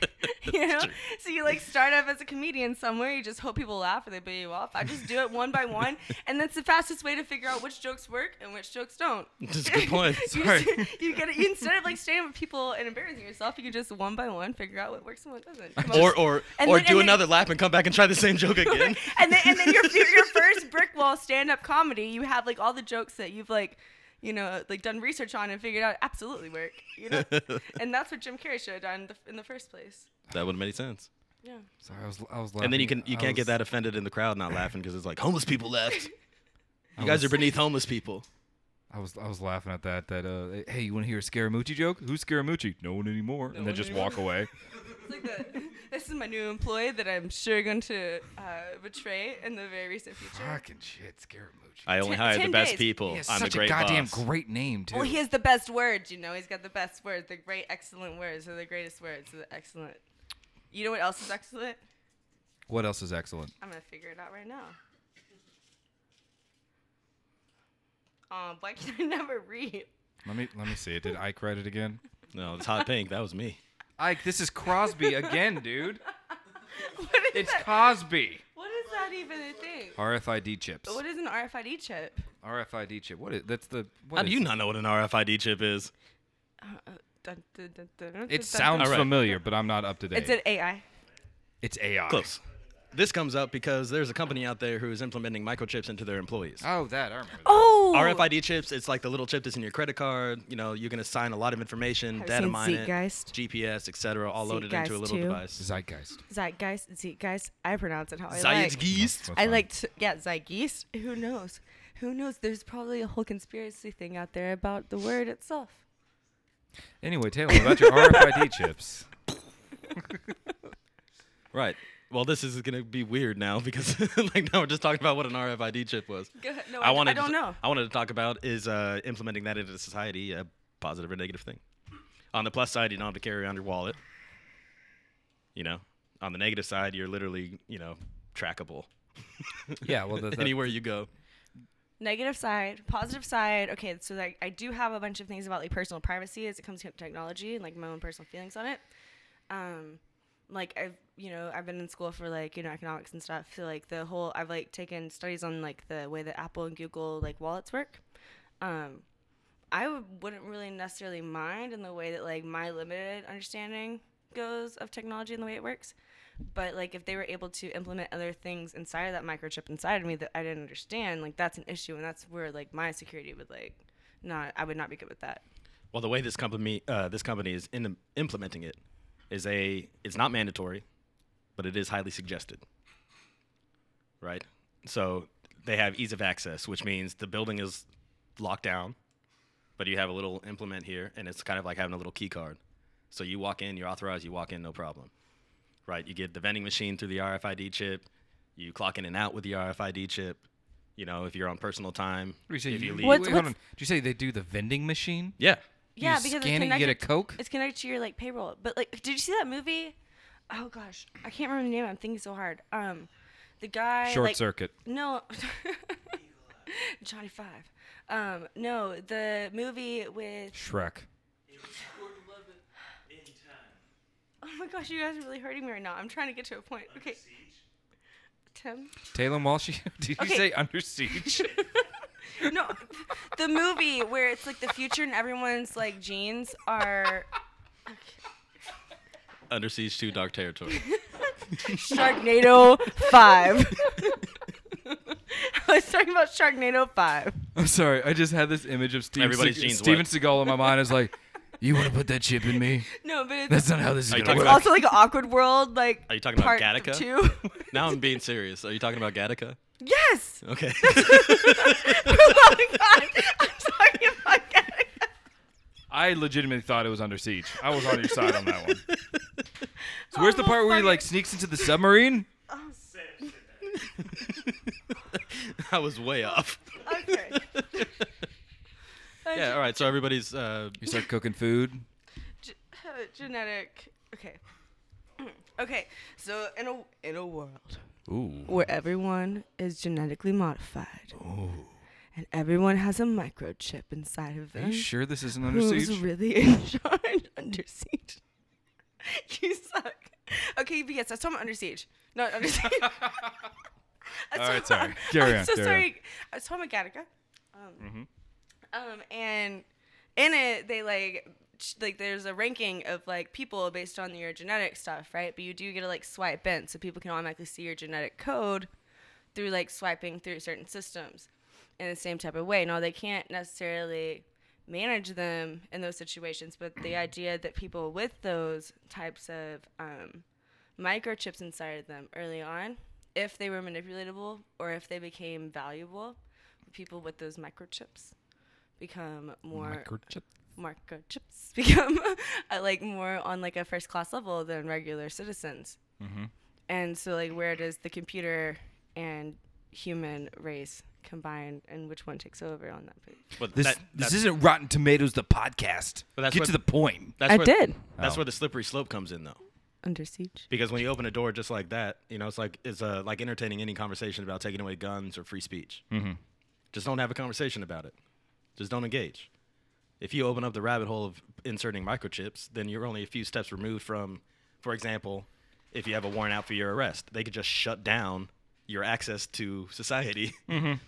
Speaker 3: you know,
Speaker 1: true.
Speaker 3: so you like start up as a comedian somewhere. You just hope people laugh or they boo you off. I just do it one by one, and that's the fastest way to figure out which jokes work and which jokes don't.
Speaker 1: That's a good point.
Speaker 3: [laughs] You,
Speaker 2: Sorry.
Speaker 3: just, you get it. You, instead of like standing with people and embarrassing yourself, you can just one by one figure out what works and what doesn't. Come on.
Speaker 1: or or
Speaker 3: And
Speaker 1: or
Speaker 3: then-
Speaker 1: do
Speaker 3: and then-
Speaker 1: another lap and come back and try the same
Speaker 3: [laughs]
Speaker 1: joke again.
Speaker 3: and then and then your your your first brick wall stand up comedy, you have like all the jokes that you've like, you know, like done research on and figured out absolutely work. You know, and that's what Jim Carrey should have done in the, in the first place.
Speaker 1: that would have made sense.
Speaker 3: Yeah.
Speaker 2: Sorry, I was, I was laughing.
Speaker 1: And then you can you
Speaker 2: I
Speaker 1: can't get
Speaker 2: was-
Speaker 1: that offended in the crowd not laughing because it's like homeless people
Speaker 3: [laughs]
Speaker 1: left.
Speaker 2: I
Speaker 1: You guys are
Speaker 2: was-
Speaker 1: beneath homeless people.
Speaker 2: I was I was laughing at that. That uh, hey, you want to hear a Scaramucci joke? Who's Scaramucci? No one anymore. and then
Speaker 3: one
Speaker 2: just
Speaker 3: anymore.
Speaker 2: walk [laughs] away.
Speaker 3: It's like the, [laughs] this is my new employee that I'm sure going to uh, betray in the very recent future.
Speaker 2: Fucking shit, Scaramucci.
Speaker 1: I
Speaker 3: only Ten- hired the ten best days.
Speaker 1: people.
Speaker 2: he has such a goddamn great name too.
Speaker 3: Well, he has the best words, you know. He's got the best words, the great, excellent words, or the greatest words, or the excellent. You know what else is excellent?
Speaker 2: what else is excellent?
Speaker 3: I'm gonna figure it out right now. Um, why can I [laughs] never read?
Speaker 2: Let me let me see it. Did Ike write it again?
Speaker 1: No, it's hot pink. That was me.
Speaker 2: [laughs] Ike, this is Crosby again, [laughs] dude.
Speaker 3: What is
Speaker 2: It's
Speaker 3: that?
Speaker 2: Cosby.
Speaker 3: what is that even a thing?
Speaker 2: RFID chips.
Speaker 3: What is an RFID chip?
Speaker 2: RFID chip. What is that's the? What
Speaker 1: How do
Speaker 2: is
Speaker 1: you
Speaker 2: it?
Speaker 1: not know what an RFID chip is?
Speaker 3: Dun, dun, dun, dun, dun, dun,
Speaker 2: It sounds
Speaker 1: All right.
Speaker 2: familiar, but I'm not up to date.
Speaker 3: It's an AI.
Speaker 2: It's AI.
Speaker 1: Close. This comes up because there's a company out there who is implementing microchips into their employees.
Speaker 2: Oh, that I remember. That.
Speaker 3: Oh.
Speaker 1: RFID chips, it's like the little chip that's in your credit card. You know, you're going to sign a lot of information,
Speaker 3: Have you
Speaker 1: data
Speaker 3: seen
Speaker 1: mine it,
Speaker 3: Zeitgeist?
Speaker 1: GPS, etc., all loaded into a
Speaker 3: Zeitgeist
Speaker 1: little
Speaker 3: 2?
Speaker 1: device.
Speaker 2: Zeitgeist.
Speaker 3: Zeitgeist, Zeitgeist. I pronounce it how I like.
Speaker 1: Zeitgeist.
Speaker 3: I like to, yeah, Zeitgeist. Who knows? Who knows? There's probably a whole conspiracy thing out there about the word itself.
Speaker 2: Anyway, Taylor, what [laughs] about your RFID chips.
Speaker 1: Right. Well, this is going to be weird now because [laughs] like now we're just talking about what an RFID chip was.
Speaker 3: Go ahead. No, I,
Speaker 1: wanted
Speaker 3: I don't
Speaker 1: to,
Speaker 3: know.
Speaker 1: I wanted to talk about is uh, implementing that into society a positive or negative thing. On the plus side, you don't have to carry around your wallet. You know, on the negative side, you're literally you know trackable [laughs]
Speaker 2: Yeah, well, the, the,
Speaker 1: anywhere you go.
Speaker 3: negative side, positive side. Okay, so like I do have a bunch of things about like personal privacy as it comes to technology and like my own personal feelings on it. Um, like I've you know I've been in school for like you know economics and stuff. So like the whole I've like taken studies on like the way that Apple and Google like wallets work. Um, I w- wouldn't really necessarily mind in the way that like my limited understanding goes of technology and the way it works. But like if they were able to implement other things inside of that microchip inside of me that I didn't understand, like that's an issue and that's where like my security would like not I would not be good with that.
Speaker 1: Well, the way this company uh, this company is in, implementing it is a it's not mandatory, but it is highly suggested. Right? So they have ease of access, which means the building is locked down, but you have a little implement here, and it's kind of like having a little key card. So you walk in, you're authorized, you walk in, no problem. Right? You get the vending machine through the RFID chip. You clock in and out with the RFID chip. You know, if you're on personal time, if
Speaker 2: Wait,
Speaker 1: you leave,
Speaker 3: What's-
Speaker 2: wait, hold on.
Speaker 3: what's-
Speaker 2: Did you say they do the vending machine?
Speaker 1: yeah.
Speaker 3: yeah,
Speaker 2: you scan
Speaker 3: because it's
Speaker 2: it, you
Speaker 3: connected,
Speaker 2: get a Coke.
Speaker 3: It's connected to your like payroll. But like did you see that movie? Oh gosh. I can't remember the name, I'm thinking so hard. Um the guy
Speaker 2: Short
Speaker 3: like,
Speaker 2: circuit.
Speaker 3: No. [laughs] Johnny Five. Um, no, the movie with
Speaker 2: Shrek.
Speaker 3: Oh my gosh, you guys are really hurting me right now. I'm trying to get to a point. Okay. Tim?
Speaker 2: Taylor Walsh. [laughs] Did you
Speaker 3: Okay.
Speaker 2: say under siege?
Speaker 3: No, the movie where it's like the future and everyone's like genes are
Speaker 1: Under siege to dark territory.
Speaker 3: Sharknado 5. I was talking about Sharknado 5.
Speaker 2: [laughs] I'm sorry. I just had this image of Steven,
Speaker 1: Everybody's
Speaker 2: Seagal-
Speaker 1: jeans wet.
Speaker 2: Steven Seagal in my mind. Is [laughs] like, you want to put that chip in me?
Speaker 3: No, but it's,
Speaker 2: That's not how this is
Speaker 1: Are you talking
Speaker 2: gonna work.
Speaker 1: about-
Speaker 3: also like an awkward world. Like,
Speaker 1: Are you talking about
Speaker 3: part
Speaker 1: Gattaca?
Speaker 3: Two.
Speaker 1: [laughs] Now I'm being serious. Are you talking about Gattaca? [laughs]
Speaker 3: yes! [laughs]
Speaker 1: Okay.
Speaker 3: oh my god! I'm talking about Gattaca.
Speaker 2: I legitimately thought it was under siege. I was on your side on that
Speaker 3: [laughs]
Speaker 2: one. So
Speaker 3: where's the part where he, like,
Speaker 2: sneaks into the submarine?
Speaker 1: [laughs]
Speaker 3: Oh,
Speaker 1: I was way off. [laughs]
Speaker 3: Okay.
Speaker 1: Yeah, all right. So everybody's uh,
Speaker 2: You start cooking food.
Speaker 3: Ge- [laughs] genetic. Okay. [clears throat] okay. So in a in a world
Speaker 2: Ooh.
Speaker 3: where everyone is genetically modified, and everyone has a microchip inside of
Speaker 2: Are
Speaker 3: them,
Speaker 2: you sure this isn't under
Speaker 3: who's
Speaker 2: siege?
Speaker 3: really in [laughs] charge under siege? [laughs] you suck. Okay, but yes, I saw him under siege. Not
Speaker 2: [laughs]
Speaker 3: under siege. All
Speaker 2: right, sorry. Carry
Speaker 3: I'm
Speaker 2: on,
Speaker 3: so
Speaker 2: carry on.
Speaker 3: sorry. I was talking about Gattaca. Um,
Speaker 2: Mm-hmm.
Speaker 3: um, and in it, they like ch- like there's a ranking of like people based on your genetic stuff, right? But you do get to like swipe in, so people can automatically see your genetic code through like swiping through certain systems in the same type of way. Now they can't necessarily manage them in those situations, but the idea that people with those types of um, microchips inside of them early on, if they were manipulatable or if they became valuable, people with those microchips become more
Speaker 2: Microchip.
Speaker 3: microchips [laughs] become uh, like more on like a first class level than regular citizens.
Speaker 1: Mm-hmm.
Speaker 3: And so like where does the computer and human race combine and which one takes over on that page?
Speaker 1: but
Speaker 2: This
Speaker 1: that,
Speaker 2: this
Speaker 1: that's,
Speaker 2: isn't Rotten Tomatoes the podcast.
Speaker 1: But that's
Speaker 2: Get
Speaker 1: what-
Speaker 2: to the point.
Speaker 1: that's
Speaker 3: I
Speaker 1: where,
Speaker 3: did.
Speaker 1: That's
Speaker 2: Oh.
Speaker 1: where the slippery slope comes in, though,
Speaker 3: Under siege.
Speaker 1: because when you open a door just like that, you know, it's like it's uh, like entertaining any conversation about taking away guns or free speech. Mm-hmm. Just don't have a conversation about it. Just don't engage. If you open up the rabbit hole of inserting microchips, then you're only a few steps removed from, for example, if you have a warrant out for your arrest, they could just shut down your access to society. [laughs]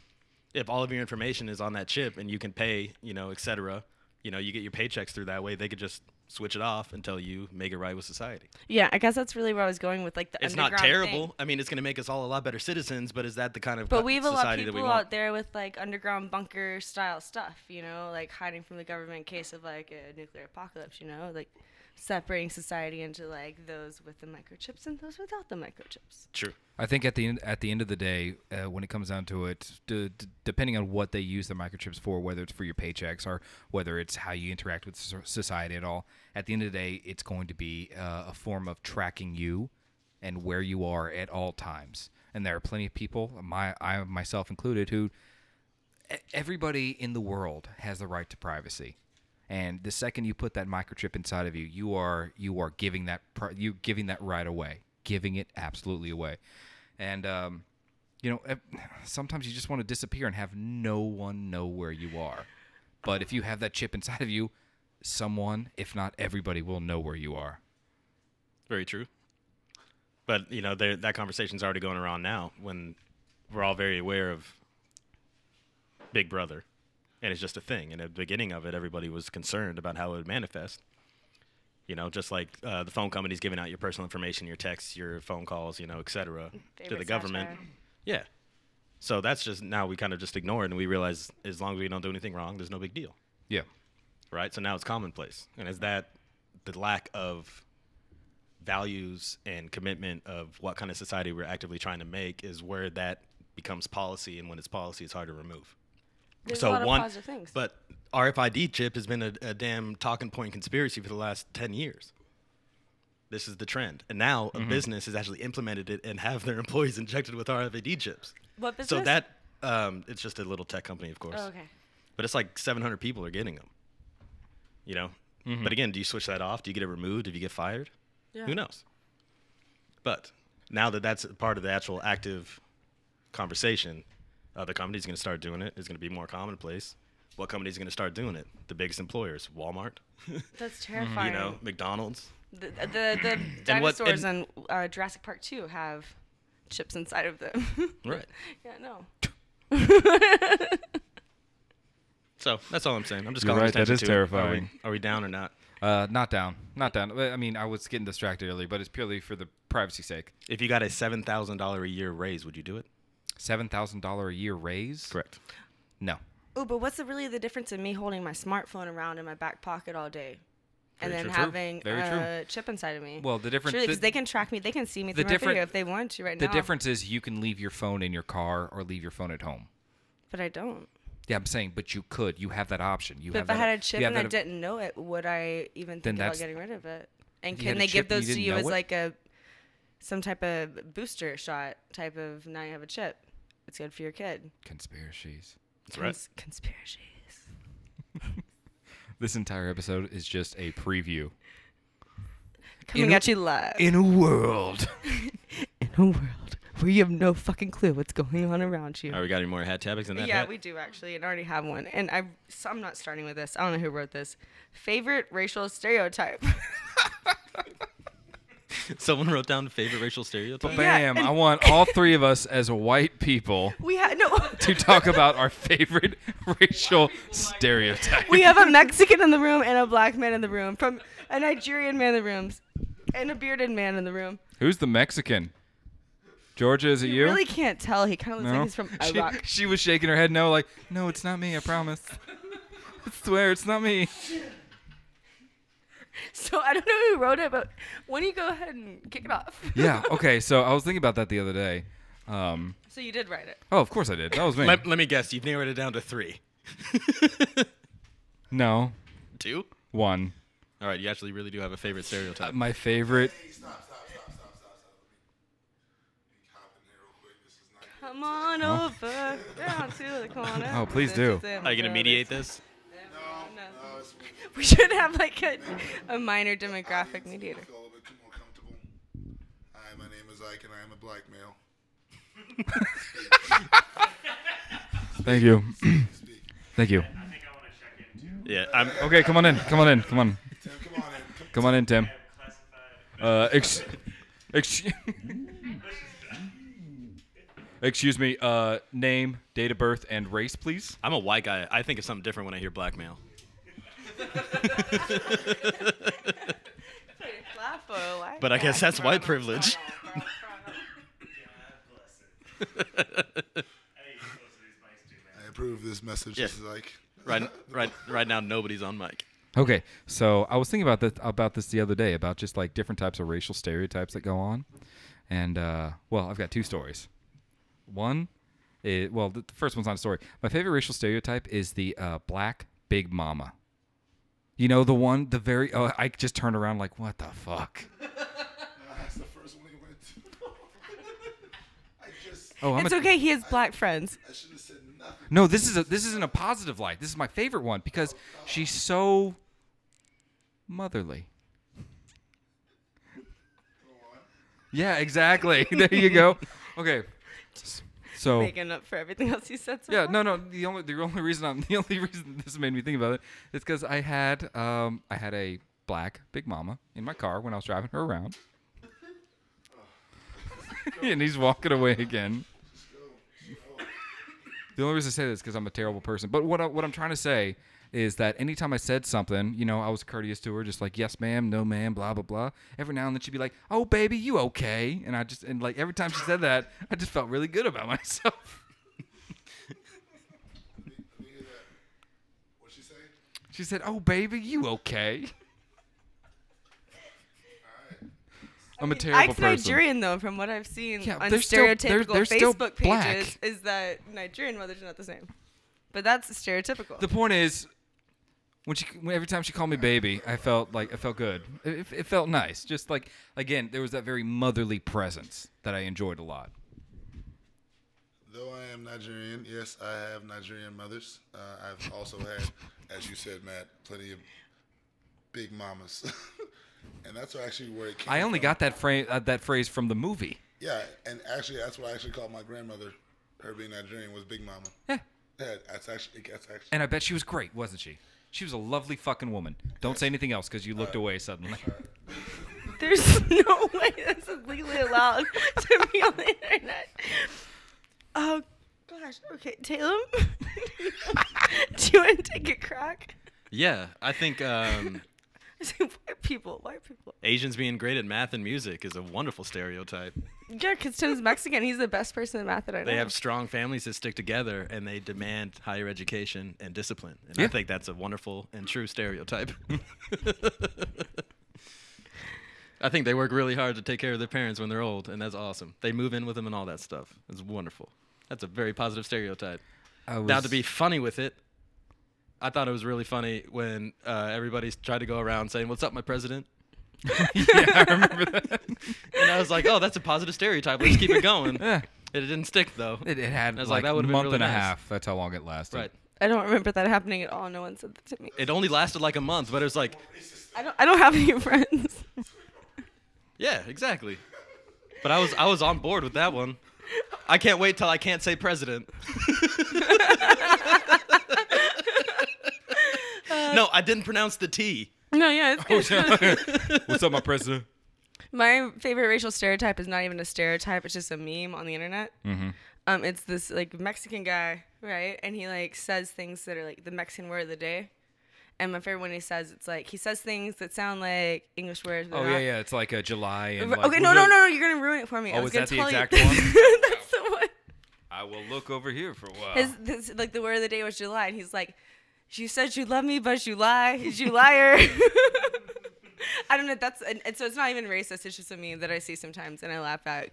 Speaker 1: if all of your information is on that chip and you can pay, you know, et cetera, you know, you get your paychecks through that way, they could just switch it off until you make it right with society.
Speaker 3: Yeah, I guess that's really where I was going with like the
Speaker 1: It's not
Speaker 3: underground thing.
Speaker 1: terrible. I mean, it's going to make us all a lot better citizens, but is that the kind of
Speaker 3: But
Speaker 1: co-
Speaker 3: we have a lot of
Speaker 1: society that we
Speaker 3: people
Speaker 1: want?
Speaker 3: out there with like underground bunker style stuff, you know, like hiding from the government in case of like a nuclear apocalypse, you know, like separating society into like those with the microchips and those without the microchips.
Speaker 1: True.
Speaker 2: I think at the end, at the end of the day, uh, when it comes down to it, d- d- depending on what they use the microchips for, whether it's for your paychecks or whether it's how you interact with so- society at all, at the end of the day, it's going to be uh, a form of tracking you and where you are at all times. And there are plenty of people, my I myself included, who e- everybody in the world has the right to privacy. And the second you put that microchip inside of you, you are you are giving that pri- you giving that right away, giving it absolutely away. And um, you know, ev- sometimes you just want to disappear and have no one know where you are. But if you have that chip inside of you, someone, if not everybody, will know where you are.
Speaker 1: Very true. But you know, there- that conversation's already going around now when we're all very aware of Big Brother, and it's just a thing. And at the beginning of it, everybody was concerned about how it would manifest. You know, just like uh, the phone companies giving out your personal information, your texts, your phone calls, you know, et cetera, to the
Speaker 3: Favorite
Speaker 1: government.
Speaker 3: satire.
Speaker 1: Yeah. So that's just now we kind of just ignore it, and we realize as long as we don't do anything wrong, there's no big deal
Speaker 2: Yeah.
Speaker 1: right? So now it's commonplace. And is that the lack of values and commitment of what kind of society we're actively trying to make is where that becomes policy, and when it's policy, it's hard to remove.
Speaker 3: There's
Speaker 1: so
Speaker 3: a lot
Speaker 1: one,
Speaker 3: of positive things.
Speaker 1: but RFID chip has been a, a damn talking point conspiracy for the last ten years. This is the trend, and now a business has actually implemented it and have their [laughs] employees injected with RFID chips.
Speaker 3: what business?
Speaker 1: So that um, it's just a little tech company, of course
Speaker 3: Oh, okay.
Speaker 1: but it's like 700 people are getting them you know
Speaker 2: Mm-hmm.
Speaker 1: but again do you switch that off do you get it removed if you get fired
Speaker 3: Yeah.
Speaker 1: who knows but now that that's a part of the actual active conversation uh, the company's going to start doing it it's going to be more commonplace what company's going to start doing it the biggest employers walmart
Speaker 3: That's
Speaker 1: Mm-hmm. you
Speaker 3: terrifying.
Speaker 1: know mcdonald's
Speaker 3: the the, the
Speaker 1: what- [clears throat]
Speaker 3: dinosaurs
Speaker 1: and-
Speaker 3: in uh, Jurassic Park 2 have chips inside of them. [laughs]
Speaker 1: right
Speaker 3: yeah, no.
Speaker 1: so that's all i'm saying i'm just
Speaker 2: You're
Speaker 1: calling
Speaker 2: right, that
Speaker 1: attention
Speaker 2: is
Speaker 1: to it.
Speaker 2: terrifying.
Speaker 1: Are, we, are we down or not
Speaker 2: Uh, not down. Not down. I mean, I was getting distracted earlier, but it's purely for the privacy sake.
Speaker 1: if you got a $7000 a year raise would you do it
Speaker 2: Seven thousand dollar a year raise.
Speaker 1: correct
Speaker 2: No.
Speaker 3: Oh, but what's the, really the difference in me holding my smartphone around in my back pocket all day? And
Speaker 1: Very
Speaker 3: then
Speaker 1: true.
Speaker 3: having
Speaker 2: Very true.
Speaker 3: a chip inside of me.
Speaker 2: Well, the difference-
Speaker 3: Surely,
Speaker 2: the-
Speaker 3: because they can track me, they can see me
Speaker 2: the
Speaker 3: through my video
Speaker 2: different-
Speaker 3: if they want to right
Speaker 2: The
Speaker 3: now.
Speaker 2: difference is you can leave your phone in your car or leave your phone at home.
Speaker 3: But I don't.
Speaker 2: Yeah, I'm saying, but you could. You have that option. You
Speaker 3: But
Speaker 2: have
Speaker 3: if I
Speaker 2: that,
Speaker 3: had a chip
Speaker 2: you have
Speaker 3: and I
Speaker 2: that-
Speaker 3: didn't know it, would I
Speaker 2: Then
Speaker 3: even think about
Speaker 2: that's-
Speaker 3: getting rid of it? And
Speaker 2: You
Speaker 3: can
Speaker 2: had a
Speaker 3: they give
Speaker 2: chip and you
Speaker 3: those to
Speaker 2: didn't
Speaker 3: you
Speaker 2: know
Speaker 3: as
Speaker 2: it?
Speaker 3: like a some type of booster shot type of now you have a chip. It's good for your kid.
Speaker 2: Conspiracies.
Speaker 1: that's right
Speaker 3: Cons- conspiracies.
Speaker 2: This entire episode is just a preview.
Speaker 3: Coming
Speaker 2: In-
Speaker 3: at you live.
Speaker 2: In a world.
Speaker 3: in a world where you have no fucking clue what's going on around you.
Speaker 1: all right we got any more hat topics in that
Speaker 3: Yeah,
Speaker 1: hat?
Speaker 3: we do actually, and I already have one. And I, so I'm not starting with this. I don't know who wrote this. Favorite racial stereotype. [laughs]
Speaker 1: [laughs] Someone wrote down favorite racial stereotype.
Speaker 3: Yeah,
Speaker 2: Bam.
Speaker 3: and-
Speaker 2: I
Speaker 3: [laughs]
Speaker 2: want all three of us as white people
Speaker 3: we had [laughs] no.
Speaker 2: to talk about our favorite [laughs] racial stereotype. [laughs]
Speaker 3: we have a Mexican in the room and a black man in the room, from a Nigerian man in the room, and a bearded man in the room.
Speaker 2: Who's the Mexican? Georgia, is it you?
Speaker 3: Really can't tell. He kind of looks like he's from
Speaker 2: [laughs] She-
Speaker 3: Iraq.
Speaker 2: She, was shaking her head no, like, no, it's not me, I promise. [laughs] I swear, it's not me.
Speaker 3: So I don't know who wrote it, but why don't you go ahead and kick it off? [laughs]
Speaker 2: Yeah, okay, so I was thinking about that the other day. Um,
Speaker 3: so you did write it.
Speaker 2: oh, of course I did. That was me.
Speaker 1: Let, let me guess. You've narrowed it down to three. [laughs]
Speaker 2: no,
Speaker 1: Two?
Speaker 2: one.
Speaker 1: All right. You actually really do have a favorite stereotype.
Speaker 2: My favorite.
Speaker 6: Stop, stop, stop, stop, stop, stop. Let me hop in there real quick. This is not good.
Speaker 3: Come on over down to
Speaker 2: [laughs]
Speaker 3: the corner.
Speaker 2: Oh, please
Speaker 3: This
Speaker 2: do.
Speaker 3: is in
Speaker 1: Are you going to
Speaker 3: the
Speaker 1: mediate this?
Speaker 6: No, Oh, it's weird.
Speaker 3: We should have like a, a minor demographic
Speaker 6: Audience,
Speaker 3: mediator.
Speaker 6: feel a little bit more comfortable. Hi, my name is Ike, and I am a black male.
Speaker 2: Thank you. [clears throat]
Speaker 6: Speak.
Speaker 2: Thank you.
Speaker 7: think I want to check in too.
Speaker 1: Yeah. I'm,
Speaker 2: Okay, come on in. Come on in. Come on.
Speaker 6: Tim, come on in. Come-
Speaker 2: Come on in, Tim.
Speaker 7: Classified.
Speaker 2: Uh, ex- ex- [laughs] excuse me. Uh, name, date of birth, and race, please.
Speaker 1: I'm a white guy. I think of something different when I hear blackmail. But I guess that's white privilege.
Speaker 7: God bless it. I think you're supposed to these mics too, man.
Speaker 6: I approve this message.
Speaker 1: Yeah.
Speaker 6: This is Ike.
Speaker 1: Right, right, right now, nobody's on mic.
Speaker 2: Okay, so I was thinking about this about this the other day about just like different types of racial stereotypes that go on, and uh, well, I've got two stories. One, i- well, the the first one's not a story. My favorite racial stereotype is the uh, black big mama. You know the one, the very. Oh, I just turned around like, what the fuck?
Speaker 6: That's the first one he went to. [laughs] I just,
Speaker 2: Oh, I'm
Speaker 3: It's
Speaker 2: a-
Speaker 3: okay. He has black friends.
Speaker 6: I should have said nothing.
Speaker 2: No, this is a this isn't a positive light. This is my favorite one because she's so motherly. [laughs] Yeah, exactly. There you go. Okay. S- So
Speaker 3: making up for everything else you said. So
Speaker 2: Oh. yeah,
Speaker 3: far.
Speaker 2: no, no. The only the only reason I'm [laughs] the only reason this made me think about it is because I had um I had a black Big Mama in my car when I was driving her around, [laughs] and he's walking away again. The only reason I say this is because I'm a terrible person. But what I, what I'm trying to say is that anytime I said something, you know, I was courteous to her, just like yes, ma'am, no, ma'am, blah blah blah. Every now and then she'd be like, "Oh, baby, you okay?" And I just and like every time she said that, I just felt really good about [laughs] myself.
Speaker 6: Let me hear that. What'd she say?
Speaker 2: She said, "Oh, baby, you okay?" I'm a terrible
Speaker 3: Ike's
Speaker 2: person.
Speaker 3: Nigerian though, from what I've seen
Speaker 2: Yeah,
Speaker 3: on
Speaker 2: they're still- they're-
Speaker 3: stereotypical
Speaker 2: they're
Speaker 3: Facebook
Speaker 2: still black.
Speaker 3: pages, is that Nigerian mothers are not the same. But that's stereotypical.
Speaker 2: The point is, when she when, every time she called me baby, I felt like I felt good. It, it- it felt nice. Just like again, there was that very motherly presence that I enjoyed a lot.
Speaker 6: Though I am Nigerian, yes, I have Nigerian mothers. Uh, I've also had, as you said, Matt, plenty of big mamas, [laughs] and that's actually where it came.
Speaker 2: I only
Speaker 6: from.
Speaker 2: got that frame uh, that phrase from the movie.
Speaker 6: Yeah, and actually, that's what I actually called my grandmother. Her being Nigerian was Big Mama.
Speaker 2: Yeah.
Speaker 6: Yeah, that's actually that's actually.
Speaker 2: And I bet she was great, wasn't she? She was a lovely fucking woman. Don't say anything else because you looked away suddenly.
Speaker 3: There's [laughs] no way this is legally allowed to be on the internet. Oh gosh. Okay, Tatum, [laughs] do you want to take a crack?
Speaker 1: Yeah, I think um, [laughs]
Speaker 3: I say white people, white people.
Speaker 1: Asians being great at math and music is a wonderful stereotype.
Speaker 3: Yeah, because Tim's Mexican. He's the best person in math that I know.
Speaker 1: They have strong families that stick together and they demand higher education and discipline. And
Speaker 2: Yeah.
Speaker 1: I think that's a wonderful and true stereotype. [laughs] I think they work really hard to take care of their parents when they're old, and that's awesome. They move in with them and all that stuff. It's wonderful. That's a very positive stereotype.
Speaker 2: [laughs] I was,
Speaker 1: Now to be funny with it, I thought it was really funny when uh, everybody tried to go around saying, "What's up, my president?"
Speaker 2: yeah, I remember that.
Speaker 1: And I was like, "Oh, that's a positive stereotype. Let's keep
Speaker 2: [laughs]
Speaker 1: it going."
Speaker 2: Yeah.
Speaker 1: It didn't stick though.
Speaker 2: It, it had
Speaker 1: I was like,
Speaker 2: like,
Speaker 1: that
Speaker 2: a
Speaker 1: would've been
Speaker 2: month
Speaker 1: really
Speaker 2: and a
Speaker 1: nice.
Speaker 2: half. That's how long it lasted.
Speaker 1: Right.
Speaker 3: I don't remember that happening at all. No one said that to me.
Speaker 1: It only lasted like a month, but it was like,
Speaker 3: I don't. I don't have
Speaker 1: [laughs]
Speaker 3: any [laughs] friends.
Speaker 1: yeah, exactly. But I was I was on board with that one. I can't wait till I can't say [laughs] president. no, I didn't pronounce the T.
Speaker 3: No, yeah,
Speaker 1: Oh,
Speaker 3: it's good.
Speaker 2: [laughs] What's up, my president?
Speaker 3: My favorite racial stereotype is not even a stereotype; it's just a meme on the internet.
Speaker 2: Mm-hmm.
Speaker 3: Um, it's this like Mexican guy, right? And he like says things that are like the Mexican word of the day. And my favorite one he says it's like he says things that sound like English words. but
Speaker 2: [laughs] Oh
Speaker 3: they're
Speaker 2: yeah,
Speaker 3: not.
Speaker 2: yeah. It's like a July and
Speaker 3: R-
Speaker 2: like,
Speaker 3: okay, no,
Speaker 2: we're
Speaker 3: no, no,
Speaker 2: really-
Speaker 3: no, you're gonna ruin it for me. I
Speaker 2: Oh,
Speaker 3: was
Speaker 2: is
Speaker 3: gonna
Speaker 2: that the
Speaker 3: tell you-
Speaker 2: exact one?
Speaker 3: [laughs]
Speaker 2: Oh.
Speaker 3: That's the one.
Speaker 2: I will look over here for a while.
Speaker 3: His, this, like the word of the day was July, and he's like, "You said you love me, but you lie.
Speaker 2: [laughs]
Speaker 3: You liar." [laughs] I don't know. That's and, and so it's not even racist. It's just a meme that I see sometimes, and I laugh at.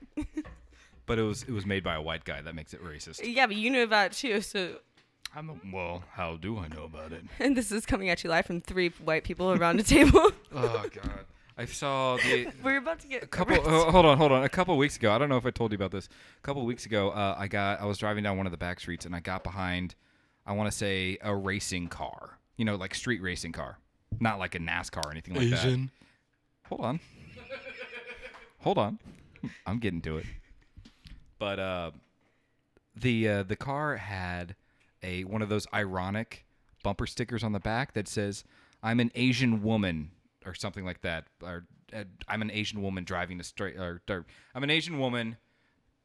Speaker 3: [laughs]
Speaker 2: but it was it was made by a white guy. That makes it racist.
Speaker 3: yeah, but you knew about it too. So [laughs]
Speaker 2: I'm a- well. How do I know about it?
Speaker 3: and this is coming at you live from three white people around a table. [laughs]
Speaker 2: Oh God. I saw the
Speaker 3: We're about to get
Speaker 2: a couple.
Speaker 3: arrested.
Speaker 2: oh, hold on, hold on. A couple weeks ago, I don't know if I told you about this. A couple weeks ago, uh, I got I was driving down one of the back streets and I got behind, I want to say a racing car. You know, like street racing car, not like a NASCAR or anything like that. Hold on. hold on. I'm getting to it. But uh, the uh, the car had a one of those ironic bumper stickers on the back that says "I'm an Asian woman" or something like that, or uh, "I'm an Asian woman driving a straight," or, or "I'm an Asian woman."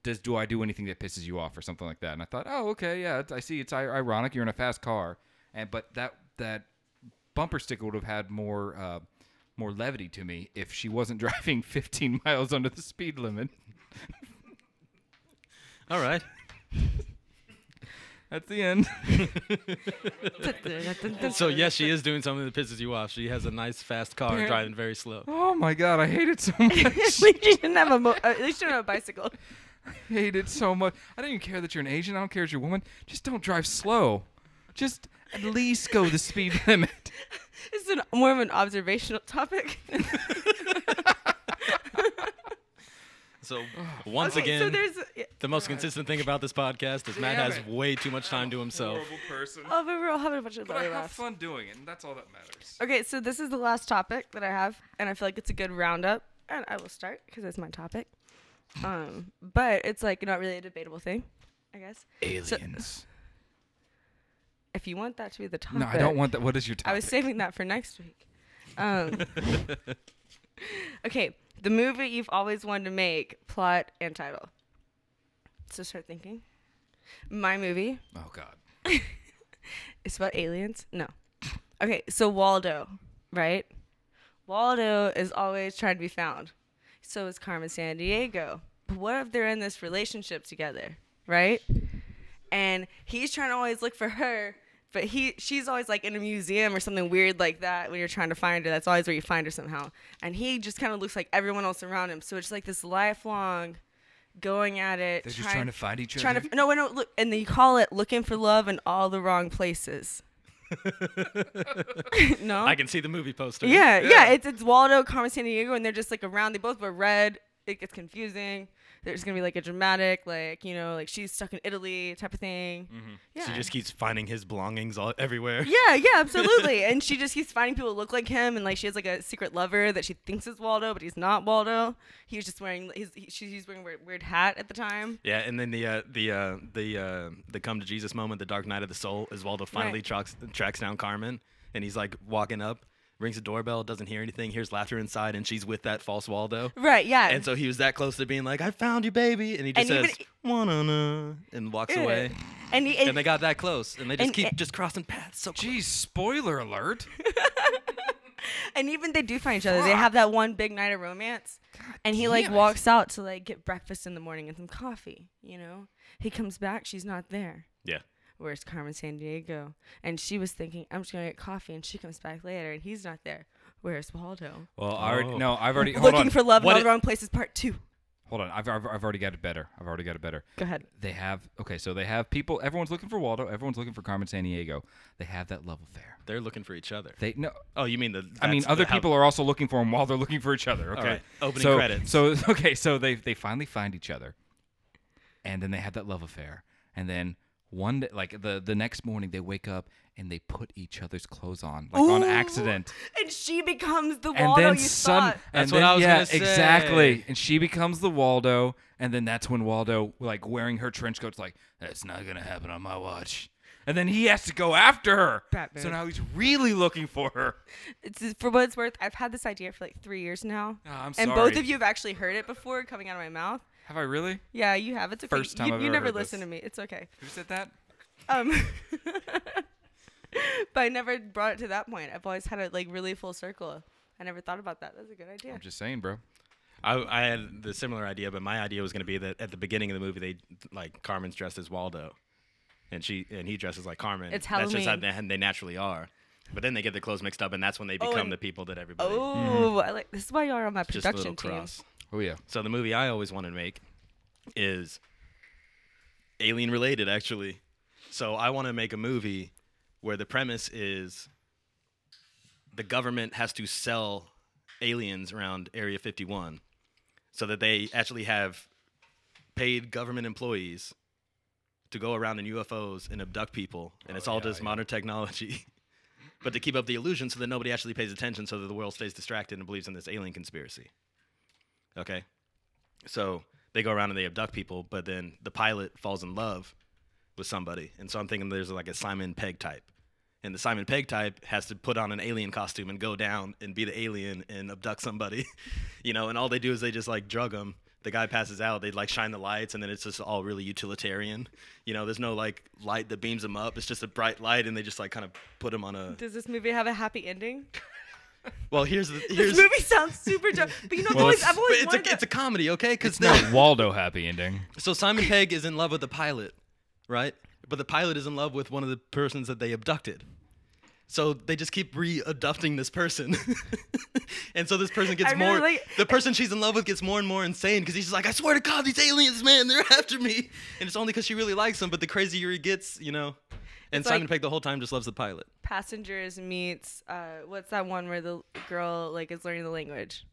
Speaker 2: Does do I do anything that pisses you off or something like that? And I thought, oh, okay, yeah, it's- I see. It's ir- ironic. You're in a fast car, and but that that bumper sticker would have had more uh, more levity to me if she wasn't [laughs] driving 15 miles under the speed limit.
Speaker 1: All right.
Speaker 2: That's the end. [laughs] uh,
Speaker 3: [laughs]
Speaker 1: So yes, she is doing something that pisses you off. She has a nice fast car and driving very slow.
Speaker 2: Oh my god, I hate it so much.
Speaker 3: At least you didn't have a. Mo- uh, at least you didn't have a bicycle.
Speaker 2: hate it so much. I don't even care that you're an Asian. I don't care if you're a woman. Just don't drive slow. Just at least go the
Speaker 3: [laughs]
Speaker 2: speed limit.
Speaker 3: This is an, more of an observational topic.
Speaker 1: So [laughs] once
Speaker 3: Oh. Okay,
Speaker 1: again,
Speaker 3: [laughs] so there's. yeah.
Speaker 1: The most consistent thing about this podcast is Matt
Speaker 2: Damn
Speaker 1: has
Speaker 2: it.
Speaker 1: way too much time to himself.
Speaker 2: person.
Speaker 3: Oh, but we're all having a bunch of
Speaker 2: But I
Speaker 3: belly
Speaker 2: have
Speaker 3: laughs.
Speaker 2: fun doing it, and that's all that matters.
Speaker 3: Okay, so this is the last topic that I have, and I feel like it's a good roundup, and I will start because it's my topic. Um, but it's like not really a debatable thing. I guess. So-
Speaker 2: Aliens.
Speaker 3: if you want that to be the topic.
Speaker 2: no, I don't want that. What is your topic?
Speaker 3: I was saving that for next week. Um, [laughs] okay, the movie you've always wanted to make, plot and title. So start thinking. My movie
Speaker 2: Oh God.
Speaker 3: is about aliens. No. Okay, so Waldo, right? Waldo is always trying to be found. So is Carmen San Diego. But what if they're in this relationship together, right? And he's trying to always look for her, but he she's always like in a museum or something weird like that when you're trying to find her. That's always where you find her somehow. And he just kind of looks like everyone else around him. So it's like this lifelong going at it.
Speaker 2: They're just trying to find each
Speaker 3: trying
Speaker 1: Mm-hmm.
Speaker 2: other?
Speaker 3: To, no, no, look, and they call it looking for love in all the
Speaker 1: [laughs]
Speaker 3: wrong places. no.
Speaker 1: I can see the movie poster.
Speaker 3: Yeah, yeah. It's it's Waldo, Carmen San Diego, and they're just like around. They both wear red. It gets confusing. There's gonna be like a dramatic, like you know, like she's stuck in Italy type of thing. Yeah.
Speaker 1: She Mm-hmm. just keeps finding his belongings all everywhere.
Speaker 3: yeah, yeah, absolutely. [laughs] and she just keeps finding people who look like him, and like she has like a secret lover that she thinks is Waldo, but he's not Waldo. He was just wearing his. He, she's he's wearing a weird, weird hat at the time.
Speaker 1: Yeah, and then the uh, the uh, the uh, the come to Jesus moment, the dark night of the soul, is Waldo finally
Speaker 3: Right.
Speaker 1: tracks, tracks down Carmen, and he's like walking up, rings the doorbell, doesn't hear anything, hears laughter inside, and she's with that false Waldo.
Speaker 3: Right. Yeah.
Speaker 1: And so he was that close to being like, "I found you, baby," and he just
Speaker 3: And even-
Speaker 1: says, "Wanna," and walks
Speaker 3: Yeah.
Speaker 1: away.
Speaker 3: and, he,
Speaker 1: And they got that close, and they just
Speaker 3: and-
Speaker 1: keep
Speaker 3: and-
Speaker 1: just crossing paths. So close.
Speaker 2: Geez, spoiler
Speaker 3: [laughs]
Speaker 2: alert.
Speaker 3: And even they do find each other. They have that one big night of romance. and he like
Speaker 2: damn it.
Speaker 3: walks out to like get breakfast in the morning and some coffee, you know? He comes back, she's not there.
Speaker 1: yeah,
Speaker 3: Where's Carmen San Diego? And she was thinking, I'm just gonna get coffee and she comes back later and he's not there. Where's Waldo?
Speaker 2: Well, I already
Speaker 1: Oh.
Speaker 2: no. I've already hold
Speaker 3: Looking
Speaker 2: on.
Speaker 3: for love in
Speaker 1: What
Speaker 3: all
Speaker 1: it-
Speaker 3: the wrong places part two.
Speaker 2: Hold on. I've, I've I've already got it better. I've already got it better.
Speaker 3: Go ahead.
Speaker 2: They have okay. So they have people. Everyone's looking for Waldo. Everyone's looking for Carmen San Diego. They have that love affair.
Speaker 1: they're looking for each other.
Speaker 2: They no.
Speaker 1: Oh, you mean the?
Speaker 2: I mean,
Speaker 1: that's
Speaker 2: other
Speaker 1: the- how-
Speaker 2: people are also looking for him while they're looking for each other. Okay.
Speaker 1: right, opening
Speaker 2: so,
Speaker 1: credits.
Speaker 2: So [laughs] okay. So they they finally find each other, and then they have that love affair. And then one day, like the the next morning, they wake up and they put each other's clothes on, like on
Speaker 3: Ooh.
Speaker 2: accident.
Speaker 3: And she becomes the
Speaker 2: and
Speaker 3: Waldo
Speaker 2: then
Speaker 3: you
Speaker 2: some
Speaker 3: thought.
Speaker 2: and
Speaker 1: That's what
Speaker 2: then-
Speaker 1: I was
Speaker 2: yeah,
Speaker 1: gonna say.
Speaker 2: exactly and she becomes the waldo and then that's when waldo like wearing her trench coat's like that's not gonna happen on my watch and then he has to go after her
Speaker 3: Batman.
Speaker 2: so now he's really looking for her
Speaker 3: It's, for what it's worth, I've had this idea for like three years now.
Speaker 2: Ah, I'm
Speaker 3: and both
Speaker 2: sorry.
Speaker 3: of you have actually heard it before coming out of my mouth.
Speaker 2: have i really
Speaker 3: Yeah, you have. It's okay.
Speaker 2: First time
Speaker 3: you,
Speaker 2: I've
Speaker 3: you
Speaker 2: ever
Speaker 3: never
Speaker 2: heard
Speaker 3: listen
Speaker 2: this.
Speaker 3: to me. It's okay.
Speaker 2: who said that
Speaker 3: Um, [laughs] but I never brought it to that point. I've always had it like really full circle. I never thought about that. That's a good idea.
Speaker 2: i'm just saying bro
Speaker 1: I, I had the similar idea, but my idea was going to be that at the beginning of the movie, they like Carmen's dressed as Waldo, and she and he dresses like Carmen.
Speaker 3: It's
Speaker 1: That's just how
Speaker 3: Halloween.
Speaker 1: they, how they naturally are. But then they get their clothes mixed up, and that's when they
Speaker 3: Oh,
Speaker 1: become
Speaker 3: and-
Speaker 1: the people that everybody.
Speaker 3: Oh, I like this is why you are on my
Speaker 1: just a
Speaker 3: production
Speaker 1: little
Speaker 3: team.
Speaker 1: cross.
Speaker 2: oh [laughs] yeah
Speaker 1: So the movie I always wanted to make is alien related, actually. So I want to make a movie where the premise is the government has to sell aliens around Area 51 so that they actually have paid government employees to go around in UFOs and abduct people. And it's all just modern technology. [laughs] but to keep up the illusion so that nobody actually pays attention so that the world stays distracted and believes in this alien conspiracy. Okay? So they go around and they abduct people, but then the pilot falls in love with somebody. And so I'm thinking there's like a Simon Pegg type. And the Simon Pegg type has to put on an alien costume and go down and be the alien and abduct somebody, [laughs] you know. And all they do is they just like drug him. The guy passes out. They like shine the lights, and then it's just all really utilitarian, you know. There's no like light that beams him up. It's just a bright light, and they just like kind of put him on a.
Speaker 3: Does this movie have a happy ending?
Speaker 1: Well, here's the here's.
Speaker 3: This movie sounds super dope. But you know, I've
Speaker 2: Well,
Speaker 3: always,
Speaker 2: it's-
Speaker 3: I've
Speaker 1: but
Speaker 3: always
Speaker 1: it's
Speaker 3: wanted
Speaker 1: a, it's a comedy, okay? Because
Speaker 2: waldo happy ending
Speaker 1: So Simon Pegg is in love with the pilot, right? But the pilot is in love with one of the persons that they abducted. So they just keep re-abducting this person, [laughs] and so this person gets
Speaker 3: I really
Speaker 1: more.
Speaker 3: like-
Speaker 1: the person she's in love with gets more and more insane because he's just like, "I swear to God, these aliens, man, they're [laughs] after me!" And it's only because she really likes him. But the crazier he gets, you know, and
Speaker 3: It's
Speaker 1: Simon
Speaker 3: like-
Speaker 1: Pegg the whole time just loves the pilot.
Speaker 3: passengers meets. Uh, what's that one where the girl like is learning the language?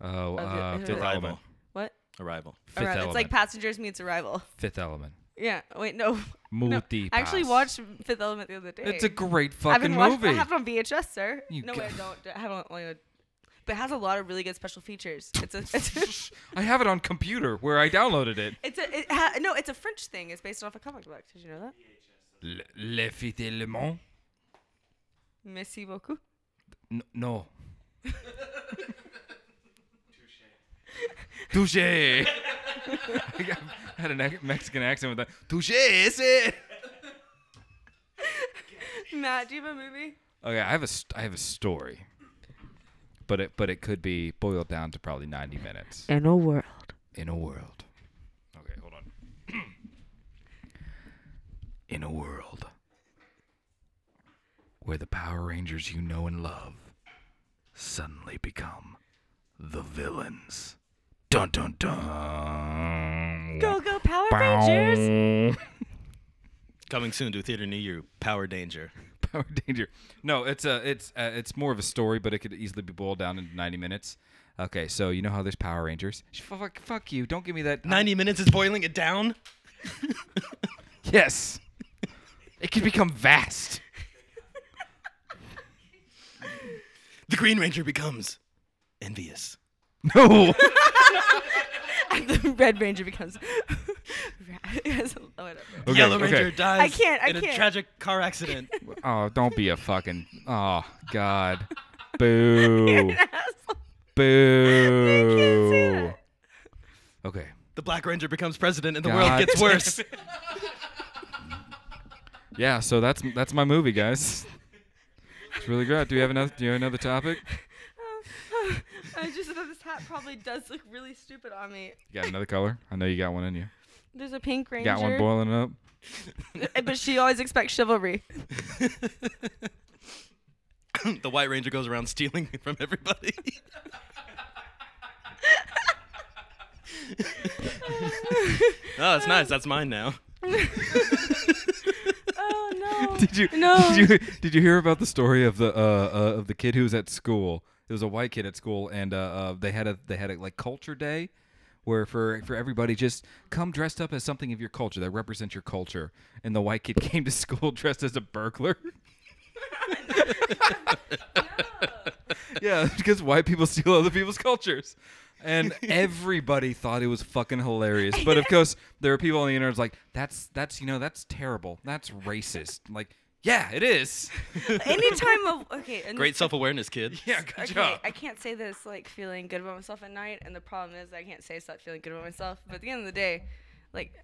Speaker 2: oh uh,
Speaker 3: Okay.
Speaker 2: fifth
Speaker 3: Arrival.
Speaker 2: element
Speaker 3: What?
Speaker 1: Arrival.
Speaker 2: fifth
Speaker 3: Arrival.
Speaker 2: element
Speaker 3: It's like passengers meets arrival. [laughs]
Speaker 2: fifth element
Speaker 3: Yeah. Wait, no. [laughs] no.
Speaker 2: Multi-pass.
Speaker 3: I actually watched Fifth Element the other day.
Speaker 2: it's a great
Speaker 3: I've
Speaker 2: fucking
Speaker 3: been watching.
Speaker 2: movie
Speaker 3: I have it on VHS, sir.
Speaker 2: You
Speaker 3: no,
Speaker 2: go-
Speaker 3: I don't. I have it on. Only on but it has a lot of really good special features. It's a, [laughs] it's a,
Speaker 2: I have it on computer where I downloaded it.
Speaker 3: it's a it ha- no, it's a French thing. It's based off a comic book. Did you know that?
Speaker 2: Le, le Fit et Le Mans?
Speaker 3: Merci beaucoup.
Speaker 2: N- no. [laughs] [laughs] Touche. Touche. I had a ne- Mexican accent with that. Touche ese.
Speaker 3: Matt, do you have a movie?
Speaker 2: Okay, I have a st- I have a story, but it but it could be boiled down to probably ninety minutes
Speaker 3: In a world.
Speaker 2: in a world. Okay, hold on. [clears throat] in a world where the Power Rangers you know and love suddenly become the villains. Dun dun dun.
Speaker 3: Go go Power Rangers.
Speaker 1: Coming soon to a theater near you, Power Danger.
Speaker 2: [laughs] Power Danger. No, it's a it's uh it's more of a story, but it could easily be boiled down into ninety minutes. Okay, so you know how there's Power Rangers. Sh- Fuck, fuck you! Don't give me that. [laughs]
Speaker 1: 90 minutes is boiling it down?
Speaker 2: Yes, it could become vast. [laughs]
Speaker 1: The Green Ranger becomes envious.
Speaker 2: No, [laughs]
Speaker 3: And [laughs] the Red Ranger becomes. [laughs] Yes, oh, whatever. [laughs]
Speaker 2: Okay,
Speaker 1: Yellow
Speaker 2: okay.
Speaker 1: Ranger dies
Speaker 3: I can't, I
Speaker 1: in a
Speaker 3: can't.
Speaker 1: tragic car
Speaker 3: [laughs]
Speaker 1: accident.
Speaker 2: Oh, don't be a fucking. Oh God, boo, boo. Okay,
Speaker 1: The Black Ranger becomes president and the
Speaker 2: God.
Speaker 1: world gets worse. [laughs]
Speaker 2: yeah. So that's that's my movie, guys. It's really good. Do you have another? Do you have another topic?
Speaker 3: [sighs] I just thought this hat probably does look really stupid on me.
Speaker 2: You got another color? I know you got one in you.
Speaker 3: There's a pink ranger. Eh,
Speaker 2: Got one boiling up.
Speaker 3: But she always expects
Speaker 2: [laughs]
Speaker 3: chivalry. [laughs]
Speaker 1: the White Ranger goes around stealing [laughs] from everybody. oh, that's nice. That's mine
Speaker 3: [laughs]
Speaker 1: now. [laughs]
Speaker 3: Oh no.
Speaker 2: [laughs] Did you,
Speaker 3: No.
Speaker 2: did you did you hear about the story of the uh, uh, of the kid who was at school? It was a white kid at school, and uh, uh, they had a they had a like culture day, where for for everybody just come dressed up as something of your culture that represents your culture. And the white kid [laughs] came to school dressed as a burglar. [laughs] yeah, because white people steal other people's cultures.
Speaker 3: [laughs]
Speaker 2: And everybody thought it was fucking hilarious. But of course, there are people on the internet who's like, that's that's you know, that's terrible. That's racist. I'm like, yeah, it is. [laughs]
Speaker 3: Anytime of okay. And
Speaker 1: Great
Speaker 3: this-
Speaker 1: self awareness, kid.
Speaker 2: [laughs] Yeah, good
Speaker 3: Okay,
Speaker 2: job.
Speaker 3: I can't say this like feeling good about myself at night, and the problem is I can't say stop feeling good about myself. But at the end of the day, like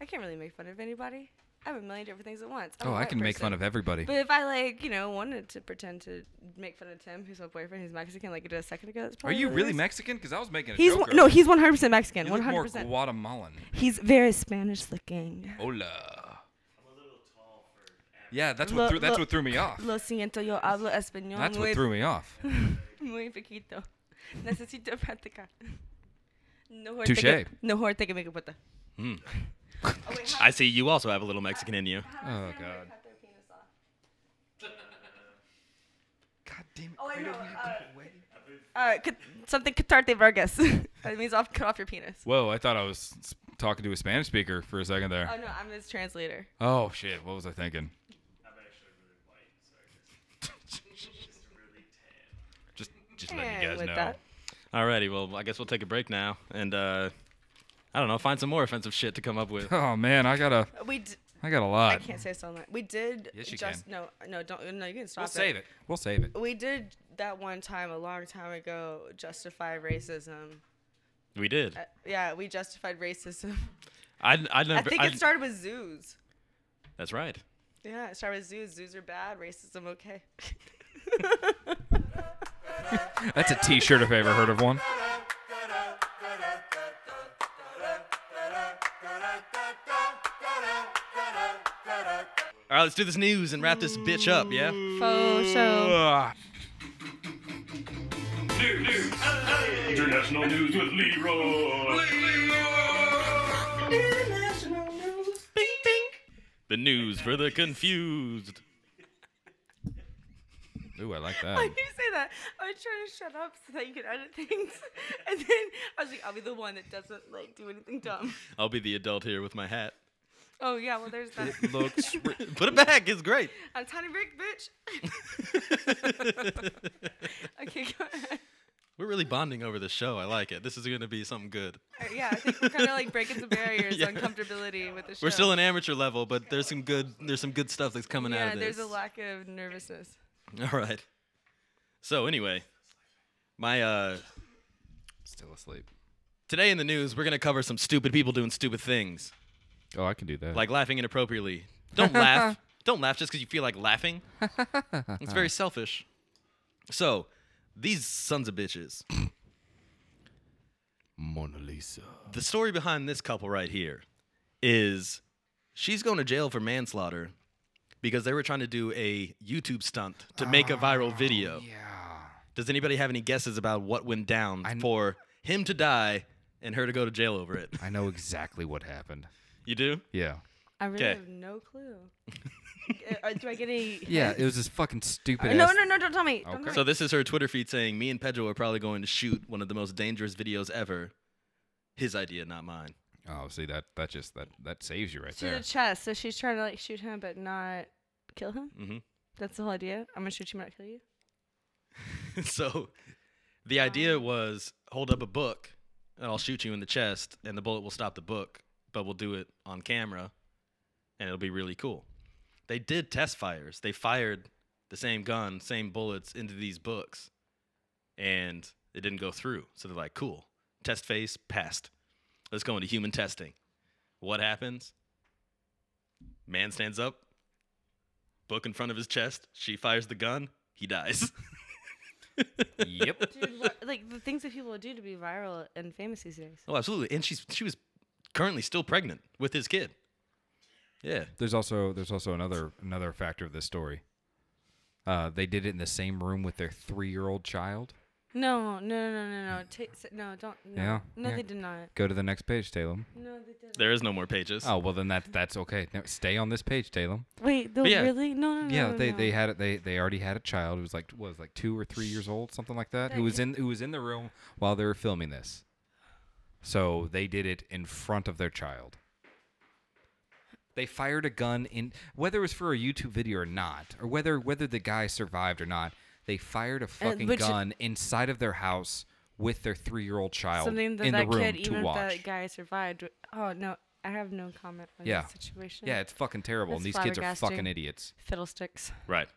Speaker 3: I can't really make fun of anybody. I have a million different things at once. I'm a
Speaker 2: oh, I
Speaker 3: white
Speaker 2: can make
Speaker 3: person.
Speaker 2: fun of everybody.
Speaker 3: But if I like, you know, wanted to pretend to make fun of Tim, who's my boyfriend, who's Mexican, like I did a second ago, that's
Speaker 2: are
Speaker 3: probably
Speaker 2: you
Speaker 3: the
Speaker 2: really
Speaker 3: least-
Speaker 2: Mexican? Because I was making a
Speaker 3: He's
Speaker 2: joke.
Speaker 3: one, no,
Speaker 2: earlier.
Speaker 3: he's 100 percent Mexican.
Speaker 2: You look
Speaker 3: 100.
Speaker 2: more
Speaker 3: percent
Speaker 2: Guatemalan.
Speaker 3: He's very Spanish looking.
Speaker 2: Hola.
Speaker 7: I'm a little tall for average.
Speaker 2: Yeah, that's
Speaker 3: Lo-
Speaker 2: what threw, that's
Speaker 3: lo-
Speaker 2: what threw me off.
Speaker 3: Lo siento, yo hablo español
Speaker 2: That's
Speaker 3: muy-
Speaker 2: what threw me
Speaker 3: [laughs]
Speaker 2: off.
Speaker 3: Muy poquito. Necesito practicar. No horte
Speaker 2: Touché.
Speaker 3: que- No horte que me puta.
Speaker 1: Hmm.
Speaker 3: Oh,
Speaker 1: I see you also have a little Mexican in you.
Speaker 2: Oh god. God damn it.
Speaker 3: Oh, I know. Uh, uh, cut- something catarte Vargas. [laughs] that means off, cut off your penis.
Speaker 2: Whoa, I thought I was s- talking to a Spanish speaker for a second there.
Speaker 3: Oh, no, I'm his translator.
Speaker 2: Oh shit, what was I thinking?
Speaker 7: I'm actually really white, so I [laughs] just, just really tan.
Speaker 2: Just just
Speaker 3: And
Speaker 2: letting you guys
Speaker 3: with
Speaker 2: know.
Speaker 3: that.
Speaker 1: Alrighty, well, I guess we'll take a break now and, uh, I don't know, find some more offensive shit to come up
Speaker 3: [laughs]
Speaker 1: with.
Speaker 2: Oh man, I got a
Speaker 3: We d-
Speaker 2: I got a
Speaker 3: I
Speaker 2: lot.
Speaker 3: can't say so much. We did
Speaker 2: Yes, you
Speaker 3: just
Speaker 2: can.
Speaker 3: no no don't no you can stop
Speaker 2: We'll save it. We'll save it.
Speaker 3: We did that one time a long time ago justify racism.
Speaker 1: We did.
Speaker 3: Uh, yeah, we justified racism.
Speaker 1: I, I, never,
Speaker 3: I think
Speaker 1: I-
Speaker 3: it started with zoos.
Speaker 1: That's right.
Speaker 3: Yeah, it started with zoos. Zoos are bad.
Speaker 1: [laughs]
Speaker 3: Racism okay.
Speaker 2: That's a
Speaker 3: [laughs]
Speaker 2: t-shirt if I ever heard of one.
Speaker 1: All right, let's do this news and wrap this bitch up, yeah?
Speaker 3: Photo.
Speaker 2: Ugh.
Speaker 7: International news with Leroy.
Speaker 1: Bing, bing. The news for the confused.
Speaker 2: Ooh, I like
Speaker 3: Why
Speaker 2: that.
Speaker 3: do [laughs] you say that? I was trying to shut up so that you could edit things, [laughs] and then I was like, I'll be the one that doesn't like do anything dumb.
Speaker 1: I'll be the adult here with my hat.
Speaker 3: Oh yeah, well
Speaker 1: [laughs]
Speaker 3: there's that.
Speaker 1: Looks. ri- Put it back. It's great. [laughs]
Speaker 3: I'm tiny brick bitch. okay, go ahead.
Speaker 1: We're really bonding over the show. I like it. This is going to be something good.
Speaker 3: yeah, I think we're kind of like breaking some
Speaker 1: [laughs]
Speaker 3: barriers
Speaker 1: Yeah.
Speaker 3: on comfortability with the show.
Speaker 1: We're still in amateur level, but there's some good there's some good stuff that's coming out
Speaker 3: Yeah,
Speaker 1: of this. [laughs]
Speaker 3: there's a lack of nervousness.
Speaker 1: All right. So anyway, my uh
Speaker 2: Still asleep.
Speaker 1: today in the news, we're going to cover some stupid people doing stupid things,
Speaker 2: Oh, I can do that.
Speaker 1: like laughing inappropriately. Don't
Speaker 2: [laughs]
Speaker 1: laugh. Don't laugh just cuz you feel like laughing. It's very selfish. So, these sons of bitches.
Speaker 2: [sniffs] Mona Lisa.
Speaker 1: the story behind this couple right here is she's going to jail for manslaughter because they were trying to do a YouTube stunt to make a viral video.
Speaker 2: Oh, Yeah.
Speaker 1: Does anybody have any guesses about what went down
Speaker 2: I kn-
Speaker 1: for him to die and her to go to jail over it?
Speaker 2: I know exactly what happened.
Speaker 1: You do?
Speaker 2: Yeah.
Speaker 3: I really
Speaker 1: 'Kay.
Speaker 3: have no clue. [laughs] Uh, Do I get any?
Speaker 2: Yeah, it was this fucking stupid
Speaker 3: Uh, No,
Speaker 2: ass.
Speaker 3: no, no! Don't tell me. Don't
Speaker 2: Okay.
Speaker 3: tell
Speaker 1: So
Speaker 3: me.
Speaker 1: this is her Twitter feed saying, "Me and Pedro are probably going to shoot one of the most dangerous videos ever. His idea, not mine."
Speaker 2: Oh, see that that just that that saves you right
Speaker 3: to the
Speaker 2: there.
Speaker 3: chest. So she's trying to like shoot him, but not kill him.
Speaker 1: Mhm.
Speaker 3: That's the whole idea. I'm gonna shoot you, but not kill
Speaker 1: [laughs]
Speaker 3: you.
Speaker 1: so the idea was hold up a book and I'll shoot you in the chest and the bullet will stop the book, but we'll do it on camera and it'll be really cool. They did test fires. They fired the same gun, same bullets into these books and it didn't go through. So they're like, cool. Test phase passed. Let's go into human testing. What happens? Man stands up, book in front of his chest. She fires the gun. He dies. [laughs]
Speaker 2: yep.
Speaker 3: [laughs] Dude, what, like the things that people would do to be viral and famous these days.
Speaker 1: Oh, absolutely. And she's she was currently still pregnant with his kid. Yeah.
Speaker 2: There's also there's also another another factor of this story. Uh, they did it in the same room with their three year old child.
Speaker 3: No, no, no, no, no, no. Ta- s- no, don't. No,
Speaker 2: Yeah,
Speaker 3: no,
Speaker 2: yeah.
Speaker 3: they did not.
Speaker 2: Go to the next page, Talem.
Speaker 3: No, they didn't.
Speaker 1: There is no more pages.
Speaker 2: Oh well, then that that's okay. No, stay on this page, Talem.
Speaker 3: Wait, though,
Speaker 1: But yeah.
Speaker 3: really? No, no, no.
Speaker 2: Yeah,
Speaker 3: no,
Speaker 2: they,
Speaker 3: Oh, no.
Speaker 2: they had it. They they already had a child who was like what, was like two or three years old, something like that. Who was in who was in the room while they were filming this. So they did it in front of their child. They fired a gun in whether it was for a YouTube video or not, or whether whether the guy survived or not. They fired
Speaker 3: Uh,
Speaker 2: a fucking
Speaker 3: which-
Speaker 2: gun inside of their house with their three year old child
Speaker 3: Something that
Speaker 2: in
Speaker 3: that
Speaker 2: the room
Speaker 3: kid,
Speaker 2: to
Speaker 3: even if
Speaker 2: watch.
Speaker 3: that guy survived. w- Oh no, I have no comment on
Speaker 2: Yeah.
Speaker 3: that situation.
Speaker 2: yeah, it's fucking terrible. and
Speaker 3: That's
Speaker 2: these kids are fucking
Speaker 3: flabbergasting.
Speaker 2: idiots.
Speaker 3: Fiddlesticks.
Speaker 1: Right.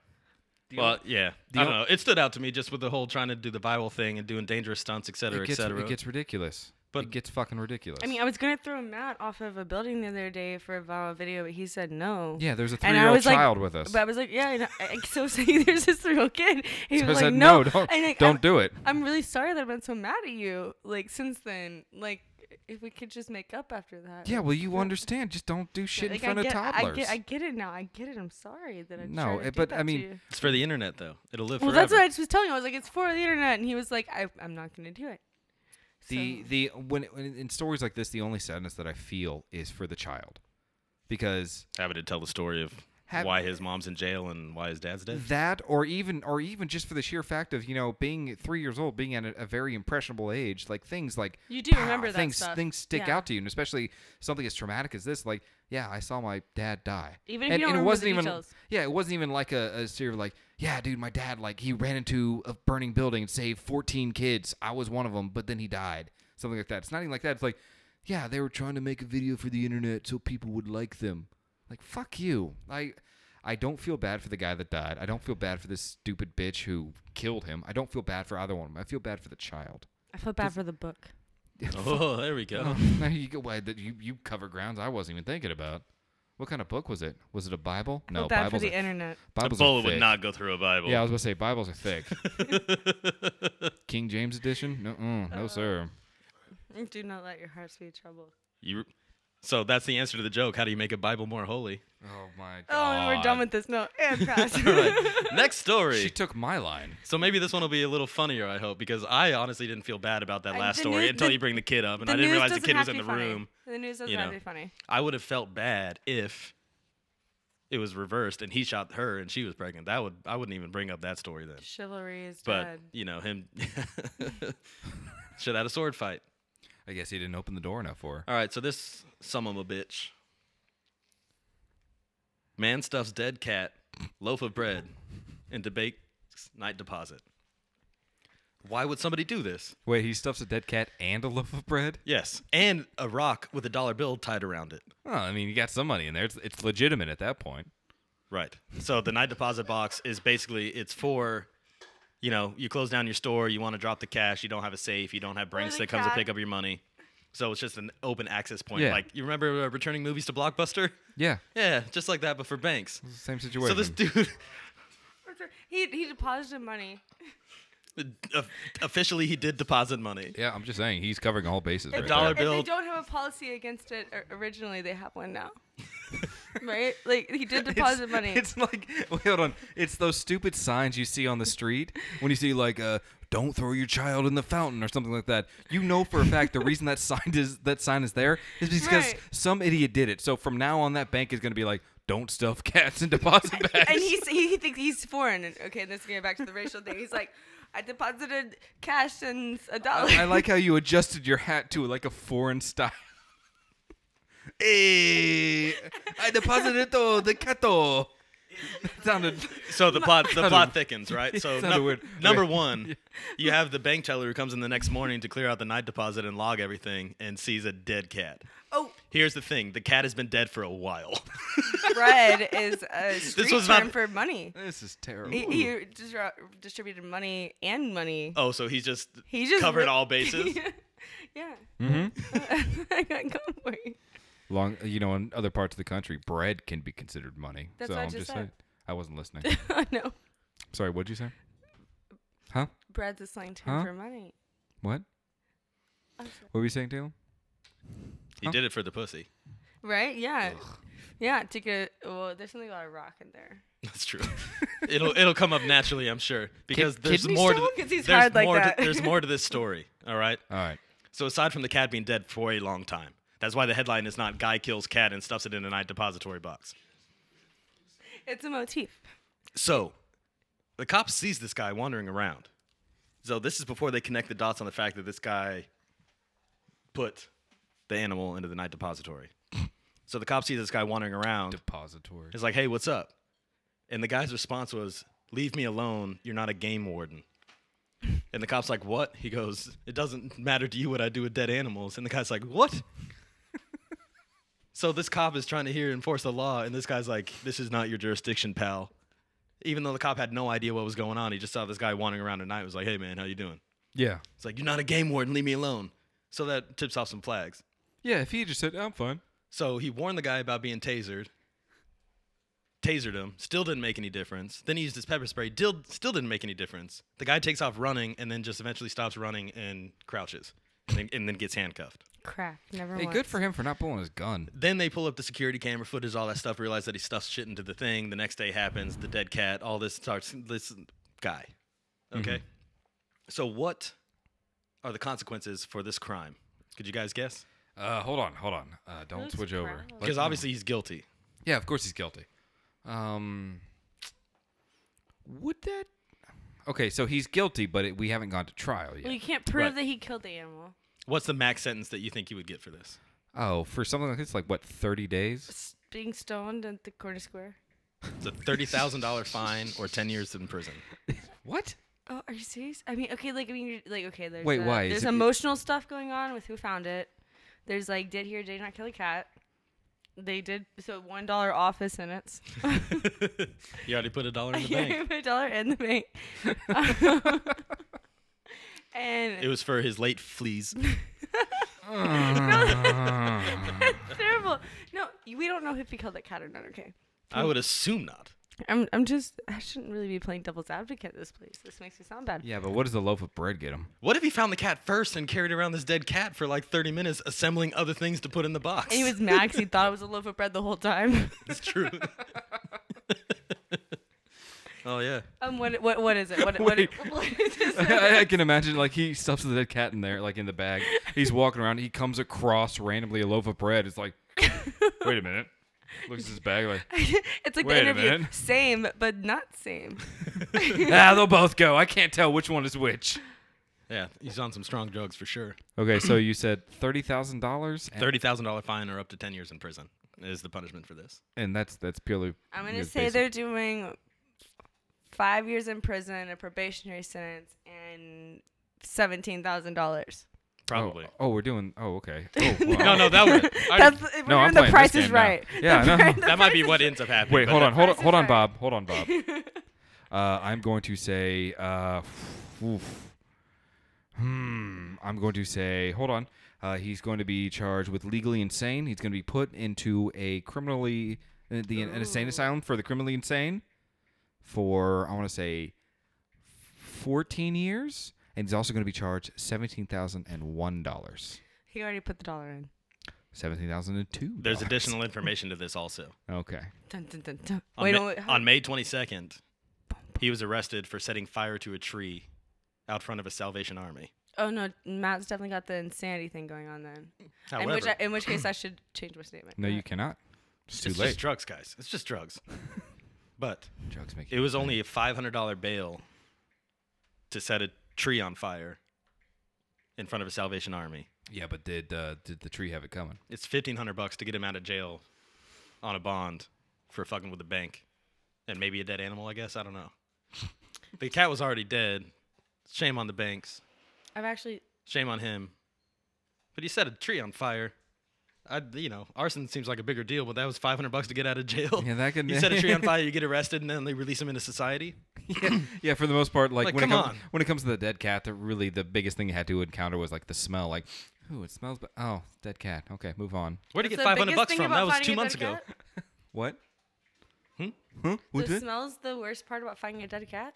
Speaker 1: Well, yeah.
Speaker 2: the
Speaker 1: I don't
Speaker 2: o-
Speaker 1: know. It stood out to me just with the whole trying to do the viral thing and doing dangerous stunts, et cetera,
Speaker 2: It
Speaker 1: et
Speaker 2: gets,
Speaker 1: cetera.
Speaker 2: it gets ridiculous. But
Speaker 1: But-
Speaker 2: it gets fucking ridiculous.
Speaker 3: I mean, I was gonna throw Matt off of a building the other day for a viral video, but he said no.
Speaker 2: Yeah, there's a
Speaker 3: And I
Speaker 2: three-year-old
Speaker 3: was like-
Speaker 2: child with us.
Speaker 3: But I was like, yeah, I know. I- so [laughs] saying there's this three-year-old kid. He
Speaker 2: So
Speaker 3: was
Speaker 2: I
Speaker 3: like,
Speaker 2: said,
Speaker 3: no,
Speaker 2: "No, don't-
Speaker 3: And, like,
Speaker 2: don't
Speaker 3: I'm-
Speaker 2: do it."
Speaker 3: I'm really sorry that I've been so mad at you. Like since then, like if we could just make up after that.
Speaker 2: Yeah,
Speaker 3: like,
Speaker 2: well, you
Speaker 3: yeah.
Speaker 2: understand. Just don't do shit in
Speaker 3: Like,
Speaker 2: front
Speaker 3: I get,
Speaker 2: of toddlers.
Speaker 3: I get, I get it now. I get it. I'm sorry that I
Speaker 2: No,
Speaker 3: tried to
Speaker 2: eh,
Speaker 3: do
Speaker 2: but,
Speaker 3: that
Speaker 2: I
Speaker 3: to
Speaker 2: mean,
Speaker 3: you.
Speaker 1: it's for the internet though. It'll live
Speaker 3: well,
Speaker 1: forever.
Speaker 3: that's what I just was telling you. I was like, it's for the internet, and he was like, I, I'm not gonna do it.
Speaker 2: the the when, when in stories like this, the only sadness that I feel is for the child, because
Speaker 1: Happy to tell the story of
Speaker 2: Have-
Speaker 1: why his mom's in jail and why his dad's dead.
Speaker 2: that, or even or even just for the sheer fact of you know being three years old, being at a, a very impressionable age, like things like
Speaker 3: You do remember that
Speaker 2: things
Speaker 3: stuff.
Speaker 2: things stick
Speaker 3: Yeah.
Speaker 2: out to you, and especially something as traumatic as this, like yeah, I saw my dad die,
Speaker 3: Even if
Speaker 2: and,
Speaker 3: you don't
Speaker 2: and it
Speaker 3: remember
Speaker 2: wasn't
Speaker 3: the
Speaker 2: even
Speaker 3: details.
Speaker 2: yeah, it wasn't even like a, a series of like yeah, dude, my dad like he ran into a burning building and saved 14 kids, I was one of them, but then he died, something like that. It's not even like that. It's like yeah, they were trying to make a video for the internet so people would like them, like fuck you, I. I don't feel bad for the guy that died. I don't feel bad for this stupid bitch who killed him. I don't feel bad for either one of them. I feel bad for the child.
Speaker 3: I feel bad for the book.
Speaker 1: [laughs] Oh, there we go.
Speaker 2: [laughs] Now you go. Why that you you cover grounds I wasn't even thinking about. What kind of book was it? Was it a Bible? No,
Speaker 3: feel bad
Speaker 2: Bibles
Speaker 3: for the
Speaker 2: are,
Speaker 3: internet.
Speaker 1: A
Speaker 2: Bibles are
Speaker 1: bullet would
Speaker 2: thick.
Speaker 1: not go through a Bible.
Speaker 2: Yeah, I was about to say Bibles are thick.
Speaker 1: [laughs]
Speaker 2: King James edition? No, mm,
Speaker 3: Uh,
Speaker 2: no sir.
Speaker 3: [laughs] Do not let your hearts be troubled.
Speaker 1: You so that's the answer to the joke. How do you make a Bible more holy?
Speaker 2: Oh my
Speaker 3: Oh,
Speaker 2: god.
Speaker 3: we're done with this. [laughs] No, and pass.
Speaker 1: [laughs]
Speaker 2: [laughs]
Speaker 1: Next story.
Speaker 2: She took my line.
Speaker 1: So maybe this one will be a little funnier, I hope, because I honestly didn't feel bad about that
Speaker 3: I-
Speaker 1: last
Speaker 3: the
Speaker 1: story
Speaker 3: news-
Speaker 1: until
Speaker 3: the-
Speaker 1: you bring the kid up, and
Speaker 3: the
Speaker 1: I didn't
Speaker 3: news
Speaker 1: realize the
Speaker 3: doesn't
Speaker 1: kid was
Speaker 3: have to
Speaker 1: in
Speaker 3: be
Speaker 1: the
Speaker 3: funny.
Speaker 1: room.
Speaker 3: The news doesn't
Speaker 1: you
Speaker 3: have
Speaker 1: know.
Speaker 3: to be funny.
Speaker 1: I would have felt bad if it was reversed and he shot her and she was pregnant. That would I wouldn't even bring up that story then.
Speaker 3: Chivalry is
Speaker 1: But
Speaker 3: dead.
Speaker 1: you know him [laughs] should have had a sword fight.
Speaker 2: I guess he didn't open the door enough for her.
Speaker 1: All right, so this some of a bitch. Man stuffs dead cat, loaf of bread, and debate night deposit. Why would somebody do this?
Speaker 2: Wait, he stuffs a dead cat and a loaf of bread?
Speaker 1: Yes, and a rock with a dollar bill tied around it.
Speaker 2: Oh, I mean, you got some money in there. It's, it's legitimate at that point.
Speaker 1: Right. So the night deposit box is basically it's for, you know, you close down your store, you want to drop the cash, you don't have a safe, you don't have Brinks
Speaker 3: the
Speaker 1: that comes to
Speaker 3: cat.
Speaker 1: pick up your money. So it's just an open access point.
Speaker 2: Yeah.
Speaker 1: Like you remember uh, returning movies to [laughs] Blockbuster?
Speaker 2: Yeah,
Speaker 1: Yeah, just like that, but for banks.
Speaker 2: same
Speaker 1: So
Speaker 2: situation.
Speaker 1: this dude,
Speaker 3: He he deposited money.
Speaker 1: [laughs] uh, officially, he did deposit money.
Speaker 2: yeah, I'm just saying he's covering all bases. Right
Speaker 1: dollar
Speaker 2: there.
Speaker 3: If they
Speaker 1: bill-
Speaker 3: don't have a policy against it or- originally, they have
Speaker 1: [laughs]
Speaker 3: one now. right? Like he did
Speaker 2: It's-
Speaker 3: deposit money.
Speaker 2: It's like [laughs] wait, hold on. It's those stupid signs you see on the street when you see like uh don't throw your child in the fountain or something like that. You know for a fact the reason that sign is that sign is there is because
Speaker 3: Right.
Speaker 2: some idiot did it. So from now on that bank is going to be like don't stuff cats in deposit bags.
Speaker 3: [laughs] and he's, he, he thinks he's foreign. And okay, this is getting back to the racial thing. He's like, I deposited cash and a
Speaker 2: [laughs]
Speaker 3: dollar.
Speaker 2: I, I like how you adjusted your hat to like a foreign style. [laughs] hey, I deposited to the cato. [laughs] Sounded
Speaker 1: So
Speaker 3: [laughs]
Speaker 1: the plot the
Speaker 2: Sounded-
Speaker 1: plot thickens, right? So
Speaker 2: sounded
Speaker 1: num-
Speaker 2: weird.
Speaker 1: number
Speaker 2: Okay.
Speaker 1: one, you have the bank teller who comes in the next morning to clear out the night deposit and log everything, and sees a dead cat.
Speaker 3: [laughs] oh,
Speaker 1: Here's the thing: the cat has been dead for a while. [laughs]
Speaker 3: bread is a street
Speaker 1: was
Speaker 3: term
Speaker 1: not-
Speaker 3: for money.
Speaker 2: this is terrible.
Speaker 3: He, he distri- distributed money and money.
Speaker 1: Oh, so he just
Speaker 3: He just
Speaker 1: covered
Speaker 3: ri- [laughs]
Speaker 1: all bases.
Speaker 3: yeah.
Speaker 2: Mhm.
Speaker 3: [laughs] I got going.
Speaker 2: long you know in other parts of the country bread can be considered money
Speaker 3: That's
Speaker 2: so
Speaker 3: what I
Speaker 2: i'm
Speaker 3: just
Speaker 2: just
Speaker 3: said.
Speaker 2: saying i wasn't listening
Speaker 3: [laughs] [laughs] I know.
Speaker 2: sorry what'd you say huh
Speaker 3: Bread's a slang term
Speaker 2: Huh?
Speaker 3: for money.
Speaker 2: what what were you saying Taylor?
Speaker 1: he
Speaker 2: Huh?
Speaker 1: did it for the pussy. [laughs]
Speaker 3: Right? Yeah. Yeah. Take a. Well, there's something about a rock in there.
Speaker 1: That's
Speaker 3: [laughs]
Speaker 1: true. it'll it'll come up naturally, I'm sure, because there's
Speaker 2: kidney
Speaker 1: more.
Speaker 3: stone?
Speaker 1: To,
Speaker 3: 'Cause he's
Speaker 1: there's
Speaker 3: hard like
Speaker 1: more
Speaker 3: that.
Speaker 1: To, there's more to
Speaker 3: [laughs]
Speaker 1: this story. All right.
Speaker 2: all right
Speaker 1: So aside from the cat being dead for a long time, that's why the headline is not "Guy kills cat and stuffs it in a night depository box."
Speaker 3: It's a motif.
Speaker 1: So, the cop sees this guy wandering around. So this is before they connect the dots on the fact that this guy put the animal into the night depository. So the cop sees this guy wandering around.
Speaker 2: depository
Speaker 1: It's like, hey, what's up? And the guy's response was, leave me alone. You're not a game warden. And the cop's like, what? He goes, it doesn't matter to you what I do with dead animals. And the guy's like, what? so this cop is trying to here enforce the law. And this guy's like, this is not your jurisdiction, pal. Even though the cop had no idea what was going on, he just saw this guy wandering around at night. and Was like, hey, man, how you doing?
Speaker 2: yeah
Speaker 1: It's like, you're not a game warden. Leave me alone. So that tips off some flags.
Speaker 2: yeah if he just said i'm fine
Speaker 1: So he warned the guy about being tasered. Tasered him. Still didn't make any difference. Then he used his pepper spray. Dill, still didn't make any difference. The guy takes off running and then just eventually stops running and crouches and then, and then gets handcuffed.
Speaker 3: Crap. Never
Speaker 2: hey
Speaker 3: mind.
Speaker 2: good for him for not pulling his gun
Speaker 1: Then they pull up the security camera footage, all that stuff, realize that he stuffs shit into the thing. The next day happens. The dead cat, all this starts. This guy. Okay. So what are the consequences for this crime? Could you guys guess?
Speaker 2: uh hold on hold on uh don't
Speaker 3: Who's
Speaker 2: switch over
Speaker 3: proud?
Speaker 2: Let-
Speaker 1: Because obviously he's guilty.
Speaker 2: yeah of course he's guilty um would that okay so he's guilty but it, we haven't gone to trial yet
Speaker 3: Well, you can't prove
Speaker 1: Right.
Speaker 3: that he killed the animal.
Speaker 1: What's the max sentence that you think he would get for this?
Speaker 2: oh for something like this like what 30 days
Speaker 3: S- Being stoned at the corner square.
Speaker 1: It's a thirty thousand dollar fine or ten years in prison.
Speaker 2: what
Speaker 3: Oh, are you serious? I mean, okay, like I mean, you're, like okay, there's
Speaker 2: Wait,
Speaker 3: uh,
Speaker 2: why? Is
Speaker 3: There's
Speaker 2: it-
Speaker 3: emotional stuff going on with who found it. There's like, did he or did he not kill a cat? They did so one dollar off
Speaker 2: [laughs]
Speaker 3: his sentence.
Speaker 1: You already put a dollar
Speaker 3: [laughs]
Speaker 1: in the
Speaker 3: You
Speaker 1: bank.
Speaker 3: put a dollar in
Speaker 2: [laughs]
Speaker 3: the bank. Um, and
Speaker 1: It was for his late
Speaker 3: [laughs]
Speaker 1: fleas.
Speaker 3: it's terrible. No, we don't know if he killed that cat or not. Okay,
Speaker 1: I would assume not.
Speaker 3: I'm I'm just I shouldn't really be playing devil's advocate this place. This makes me sound bad.
Speaker 2: Yeah, but what does the loaf of bread get him? [laughs]
Speaker 1: What if he found the cat first and carried around this dead cat for like thirty minutes, assembling other things to put in the box?
Speaker 3: And he was mad 'cause he thought it was a loaf of bread the
Speaker 2: [laughs]
Speaker 3: whole time.
Speaker 1: [laughs] it's
Speaker 3: [laughs]
Speaker 1: true. oh yeah.
Speaker 3: Um, what what what is it? What what,
Speaker 2: Wait.
Speaker 3: [laughs] what is this?
Speaker 2: I, I can imagine, like, he stuffs the dead cat in there, like, in the bag. He's walking around. He comes across randomly a loaf of bread.
Speaker 1: [laughs]
Speaker 2: It's like, wait a minute. Looks at his bag, like,
Speaker 3: it's like
Speaker 2: Wait a
Speaker 3: the interview.
Speaker 2: minute.
Speaker 3: Same, but not same.
Speaker 2: ah, they'll both go. I can't tell which one is which.
Speaker 1: Yeah, he's on some strong drugs for sure.
Speaker 2: Okay, so you said $30,000? And-
Speaker 1: Thirty thousand dollar fine or up to ten years in prison is the punishment for this.
Speaker 2: And that's that's purely.
Speaker 3: I'm
Speaker 2: yeah,
Speaker 3: gonna say
Speaker 2: basic.
Speaker 3: they're doing five years in prison, a probationary sentence, and seventeen thousand dollars.
Speaker 2: Oh,
Speaker 1: Probably.
Speaker 2: oh, we're doing. Oh, okay. Oh,
Speaker 1: [laughs]
Speaker 2: wow.
Speaker 1: No, no, that
Speaker 3: [laughs]
Speaker 1: would. I,
Speaker 3: That's we're
Speaker 2: No, I'm
Speaker 3: doing the
Speaker 2: playing this
Speaker 3: Price is
Speaker 2: game now.
Speaker 3: Right.
Speaker 2: Yeah,
Speaker 3: The
Speaker 2: I know.
Speaker 3: Pri- the
Speaker 1: that might be
Speaker 3: Price
Speaker 1: what
Speaker 3: is-
Speaker 1: ends up happening.
Speaker 2: Wait,
Speaker 1: but
Speaker 2: hold
Speaker 1: that-
Speaker 2: on, hold on,
Speaker 3: Price is
Speaker 2: hold on,
Speaker 3: Right.
Speaker 1: [laughs]
Speaker 2: Bob, hold on, Bob. uh, I'm going to say, uh, oof. hmm, I'm going to say, hold on. Uh, he's going to be charged with legally insane. He's going to be put into a criminally uh, the an insane asylum for the criminally insane for I want to say 14 years, and he's also going to be charged seventeen thousand and one dollars,
Speaker 3: [laughs] He already put the dollar in.
Speaker 2: seventeen thousand and two.
Speaker 1: There's additional information to this also.
Speaker 2: Okay.
Speaker 3: Dun, dun, dun, dun.
Speaker 1: On,
Speaker 3: Wait,
Speaker 1: Ma-
Speaker 3: no, wait, hold
Speaker 1: on May 22nd, he was arrested for setting fire to a tree out front of a Salvation Army.
Speaker 3: Oh no, Matt's definitely got the insanity thing going on then.
Speaker 1: However,
Speaker 3: in which I, in which case I should change my statement.
Speaker 2: No, you cannot. It's
Speaker 1: it's
Speaker 2: too
Speaker 1: just
Speaker 2: late.
Speaker 1: drugs, guys. It's just
Speaker 3: [laughs]
Speaker 1: drugs. but
Speaker 2: Drugs make
Speaker 1: it was only a $500 bail to set a tree on fire in front of a Salvation Army.
Speaker 2: Yeah, but did uh, did the tree have it coming?
Speaker 1: It's 1500 bucks to get him out of jail on a bond for fucking with the bank and maybe a dead animal, I guess. I don't know. [laughs] the cat was already dead. Shame on the banks.
Speaker 3: I've actually
Speaker 1: Shame on him. But he set a tree on fire. I, you know, arson seems like a bigger deal, but that was 500 bucks to get out of jail.
Speaker 2: Yeah, that could-
Speaker 1: [laughs] You set a
Speaker 2: [laughs]
Speaker 1: tree on fire, you get arrested, and then they release him into society.
Speaker 2: [laughs] Yeah, [laughs] yeah. For the most part, like,
Speaker 1: Like,
Speaker 2: when it
Speaker 1: come
Speaker 2: comes
Speaker 1: on.
Speaker 2: when it comes to the dead cat, the, really the biggest thing you had to encounter was like the smell. Like, ooh, it smells. But oh, dead cat. Okay, move on.
Speaker 1: Where'd you
Speaker 3: That's
Speaker 1: get
Speaker 3: the
Speaker 1: 500
Speaker 3: biggest
Speaker 1: bucks
Speaker 3: thing
Speaker 1: from?
Speaker 3: about
Speaker 1: That was
Speaker 3: finding
Speaker 1: two
Speaker 3: a
Speaker 1: months
Speaker 3: dead
Speaker 1: ago.
Speaker 3: cat?
Speaker 2: What? Hmm? Huh? What
Speaker 3: The
Speaker 2: did?
Speaker 3: smell's the worst part about finding a dead cat.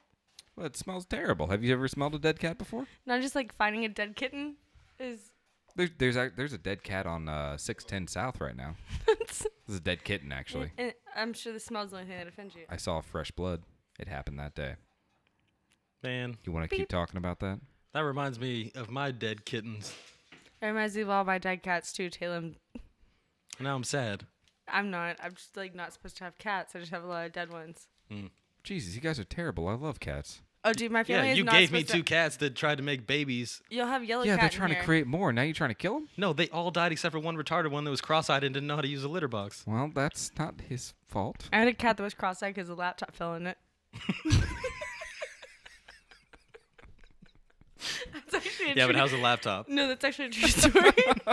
Speaker 2: well, it smells terrible. Have you ever smelled a dead cat before?
Speaker 3: Not just like finding a dead kitten is.
Speaker 2: There's there's a, there's a dead cat on uh, six ten South right
Speaker 3: [laughs]
Speaker 2: now. This is a dead kitten actually.
Speaker 3: and I'm sure the smell's the only thing that offends you.
Speaker 2: I saw fresh blood. It happened that day.
Speaker 1: Man,
Speaker 2: You want to keep talking about that?
Speaker 1: that reminds me of my dead kittens.
Speaker 3: It reminds me of all my dead cats too. Taylor,
Speaker 1: Now I'm sad.
Speaker 3: I'm not. I'm just like not supposed to have cats. I just have a lot of dead ones.
Speaker 2: Jesus, you guys are terrible. I love cats.
Speaker 3: Oh, dude, my family
Speaker 1: yeah,
Speaker 3: is
Speaker 1: you
Speaker 3: not
Speaker 1: gave me
Speaker 3: supposed
Speaker 1: two
Speaker 3: to-
Speaker 1: cats that tried to make babies.
Speaker 3: You'll have yellow
Speaker 2: yeah,
Speaker 3: cat
Speaker 2: they're
Speaker 3: in
Speaker 2: trying to
Speaker 3: here.
Speaker 2: create more. Now you're trying to kill them.
Speaker 1: No, they all died except for one retarded one that was cross-eyed and didn't know how to use a litter box.
Speaker 2: Well, that's not his fault.
Speaker 3: I had a cat that was cross-eyed because the laptop fell in it. [laughs] that's actually a
Speaker 1: Yeah, but
Speaker 3: true-
Speaker 1: how's the laptop?
Speaker 3: [laughs] No, that's actually a true story. [laughs]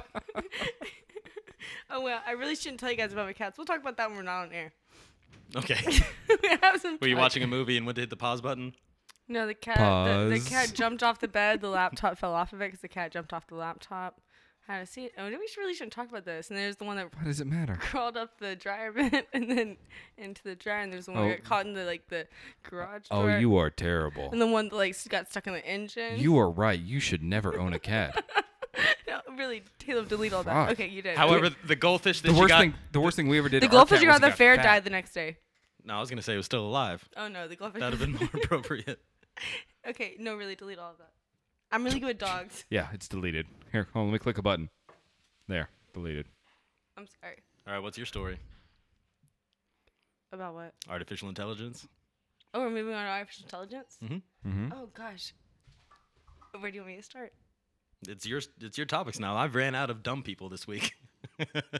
Speaker 3: oh well, I really shouldn't tell you guys about my cats. We'll talk about that when we're not on air. [laughs]
Speaker 1: Okay.
Speaker 3: We have some
Speaker 1: Were you
Speaker 3: fun.
Speaker 1: watching a movie and went to hit the pause button?
Speaker 3: No, the cat. The, the
Speaker 2: Pause. [laughs]
Speaker 3: cat jumped off the bed. The laptop fell off of it because the cat jumped off the laptop. How to see it? Oh, we should- really shouldn't talk about this. And there's the one that [laughs]
Speaker 2: Why does it matter?
Speaker 3: crawled up the dryer vent [laughs] and then into the dryer. And there's the one
Speaker 2: Oh.
Speaker 3: that got caught in the like the garage
Speaker 2: Oh,
Speaker 3: door.
Speaker 2: you are terrible.
Speaker 3: And the one that like s- got stuck in the engine.
Speaker 2: You are right. You should never own a cat.
Speaker 3: [laughs] no, really, Taylor, delete all that.
Speaker 2: Fuck.
Speaker 3: Okay, you did.
Speaker 1: However, the goldfish that
Speaker 2: the
Speaker 1: she
Speaker 2: worst
Speaker 1: got.
Speaker 2: thing, the worst thing we ever did.
Speaker 3: the
Speaker 2: to our
Speaker 3: goldfish
Speaker 2: cat
Speaker 3: you
Speaker 2: was
Speaker 3: got
Speaker 2: he
Speaker 3: at the fair
Speaker 2: fat.
Speaker 3: died the next day.
Speaker 1: No, I was gonna say it was still alive.
Speaker 3: Oh no, the goldfish.
Speaker 1: That'd have been more [laughs] appropriate.
Speaker 3: [laughs] okay, no, really, delete all of that. I'm really good with dogs.
Speaker 2: Yeah, it's deleted. Here, hold on, let me click a button. There, deleted.
Speaker 3: I'm sorry
Speaker 1: All right, what's your story?
Speaker 3: about what.
Speaker 1: Artificial intelligence.
Speaker 3: Oh, we're moving on to artificial intelligence.
Speaker 1: Mhm.
Speaker 2: Mhm.
Speaker 3: Oh gosh, where do you want me to start?
Speaker 1: It's your it's your topics now. I've ran out of dumb people this week. [laughs]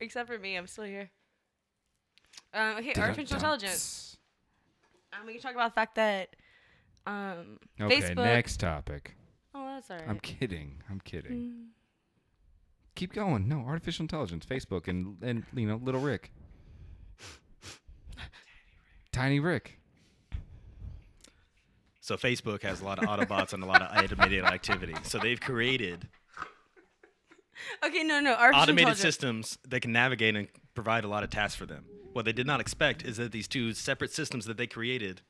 Speaker 3: Except for me, I'm still here. Um, okay,
Speaker 2: Dun-dun-dun.
Speaker 3: artificial intelligence. Um, we can talk about the fact that um,
Speaker 2: Okay,
Speaker 3: Facebook.
Speaker 2: next topic.
Speaker 3: Oh, that's alright.
Speaker 2: I'm kidding. I'm
Speaker 3: Mm.
Speaker 2: kidding. Keep going. No, artificial intelligence, Facebook, and and you know, little
Speaker 3: [laughs]
Speaker 2: Rick, tiny Rick.
Speaker 1: so Facebook has a lot of Autobots and a lot of automated activity. So they've created
Speaker 3: Okay, no, no, artificial
Speaker 1: automated
Speaker 3: intelligence.
Speaker 1: systems that can navigate and provide a lot of tasks for them. What they did not expect is that these two separate systems that they created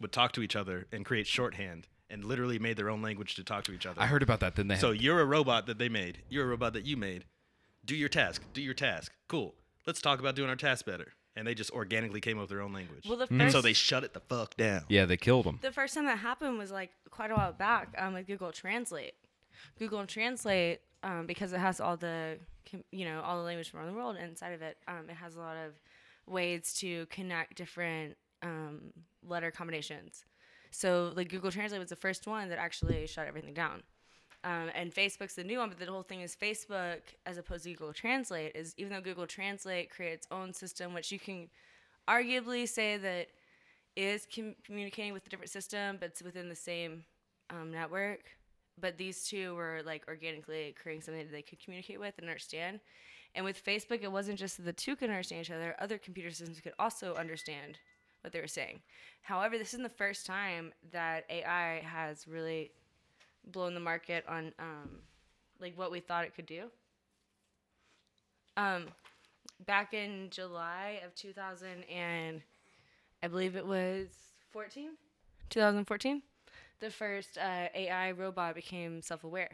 Speaker 1: would talk to each other and create shorthand and literally made their own language to talk to each other.
Speaker 2: I heard about that. Then they
Speaker 1: So
Speaker 2: had,
Speaker 1: you're a robot that they made. You're a robot that you made. Do your task. Do your task. Cool. Let's talk about doing our task better. And they just organically came up with their own language.
Speaker 3: Well, the first,
Speaker 1: so they shut it the fuck down.
Speaker 2: yeah, they killed him.
Speaker 3: the first time that happened was like quite a while back um, with Google Translate. Google Translate, um, because it has all the, com- you know, all the language from around the world inside of it, um, it has a lot of ways to connect different um, letter combinations. So, like, Google Translate was the first one that actually shut everything down. Um, and Facebook's the new one, but the whole thing is Facebook, as opposed to Google Translate, is even though Google Translate creates its own system, which you can arguably say that is com- communicating with a different system, but it's within the same um, network. But these two were like organically creating something that they could communicate with and understand. And with Facebook, it wasn't just that the two could understand each other; other computer systems could also understand what they were saying. However, this isn't the first time that AI has really blown the market on um, like what we thought it could do. Um, back in July of 2000 and I believe it was 14, 2014, the first uh, AI robot became self-aware,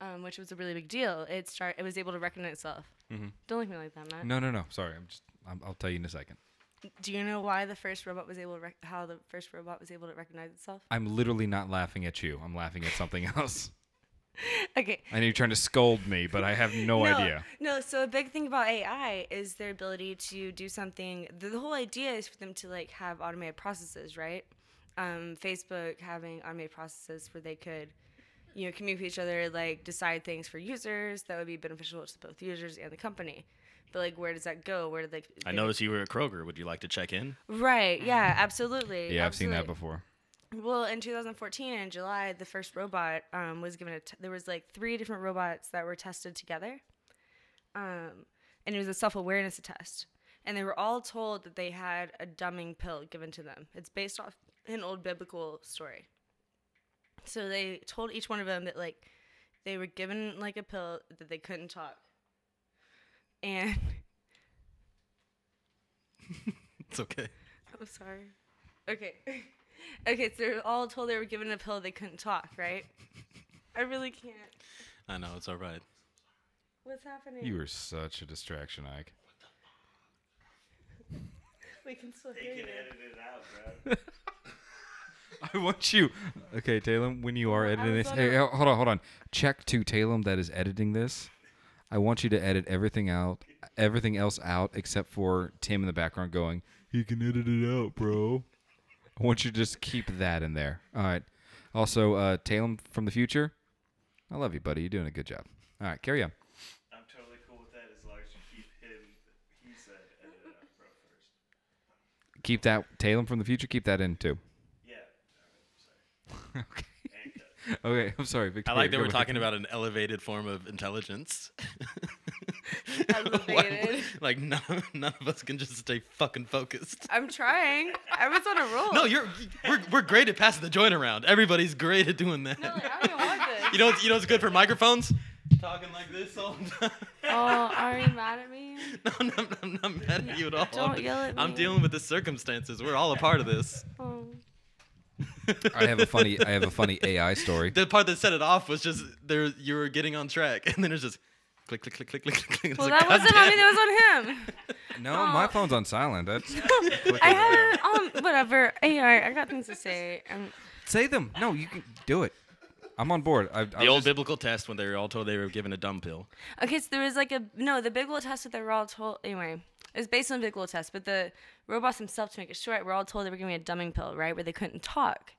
Speaker 3: um, which was a really big deal. It start it was able to recognize itself. Don't look at me like that, Matt.
Speaker 2: No, no, no. Sorry, I'm just. I'm, I'll tell you in a second.
Speaker 3: Do you know why the first robot was able to rec- how the first robot was able to recognize itself? [laughs]
Speaker 2: I'm literally not laughing at you. I'm laughing at something [laughs] else.
Speaker 3: Okay.
Speaker 2: I know you're trying to scold me, but I have no, idea.
Speaker 3: No, so a big thing about AI is their ability to do something. The, the whole idea is for them to like have automated processes, right? Um, Facebook having automated processes where they could, you know, communicate with each other, like decide things for users that would be beneficial to both users and the company. But like, where does that go? Where do they?
Speaker 1: I noticed you were at Kroger. Would you like to check in?
Speaker 3: Right. Yeah. Absolutely.
Speaker 2: Mm. Yeah, I've seen that
Speaker 3: absolutely.
Speaker 2: before.
Speaker 3: Well, in 2014, in July, the first robot um, was given a. T- there was like three different robots that were tested together, um, and it was a self-awareness test. And they were all told that they had a dumbing pill given to them. It's based off an old biblical story. So they told each one of them that like they were given like a pill that they couldn't talk, and
Speaker 1: It's okay.
Speaker 3: I'm sorry. Okay. [laughs] Okay, so they were all told they were given a pill they couldn't talk, right? I really can't.
Speaker 1: I know it's all right.
Speaker 3: What's happening?
Speaker 2: You were such a distraction, Ike.
Speaker 3: we can still hear you.
Speaker 7: can edit it out, bro.
Speaker 2: [laughs] I want you. Okay, Talem, when you are editing this,
Speaker 3: gonna-
Speaker 2: hey, ho- hold on, hold on. Check to Talem that is editing this. I want you to edit everything out, everything else out except for Tim in the background going, "He can edit it out, bro." I want you to just keep that in there. All right. Also, uh, Talem from the future, I love you, buddy. You're doing a good job. All right, carry on.
Speaker 7: I'm totally cool with that as long as you keep him. He said edit it out, bro, first.
Speaker 2: Keep that Talem from the future. Keep that in too. [laughs]
Speaker 7: Yeah. Alright, sorry.
Speaker 2: okay.
Speaker 7: And cut.
Speaker 2: Okay. I'm sorry,
Speaker 1: I
Speaker 2: Victoria.
Speaker 1: like that
Speaker 2: go
Speaker 1: we're
Speaker 2: with-
Speaker 1: talking about an elevated form of intelligence.
Speaker 3: [laughs]
Speaker 1: [laughs]
Speaker 3: Elevated.
Speaker 1: like none, none of us can just stay fucking focused.
Speaker 3: I'm trying. I was on a roll.
Speaker 1: No, you're we're, we're great at passing the joint around. Everybody's great at doing that.
Speaker 3: No, like, I don't even want
Speaker 1: you
Speaker 3: this.
Speaker 1: know what's, you know what's good for microphones? Talking like this all the time.
Speaker 3: [laughs] Oh, are you mad at me?
Speaker 1: [laughs] No, no, no, I'm not mad at you at all.
Speaker 3: Don't
Speaker 1: I'm,
Speaker 3: yell at
Speaker 1: I'm
Speaker 3: me.
Speaker 1: dealing with the circumstances. We're all a part of this.
Speaker 3: Oh.
Speaker 2: [laughs] I have a funny. I have a funny AI story.
Speaker 1: [laughs] The part that set it off was just there. You were getting on track, [laughs] and then it's just click, click, click, click, click, click. It's
Speaker 3: Well,
Speaker 1: like,
Speaker 3: that wasn't on me.
Speaker 1: "Goddamn."
Speaker 3: That was on him.
Speaker 2: No,
Speaker 3: Oh.
Speaker 2: my phone's on silent. That's
Speaker 3: I haven't. Um, whatever. AI. I got things to say. Um,
Speaker 2: Say them. No, you can do it. I'm on board. I,
Speaker 1: The old biblical test when they were all told they were given a dumb pill.
Speaker 3: Okay, so there was like a no, the Big Will test that they were all told anyway. It was based on the Big Will test, but the robots themselves, to make it short, were all told they were giving me a dumbing pill, right, where they couldn't talk.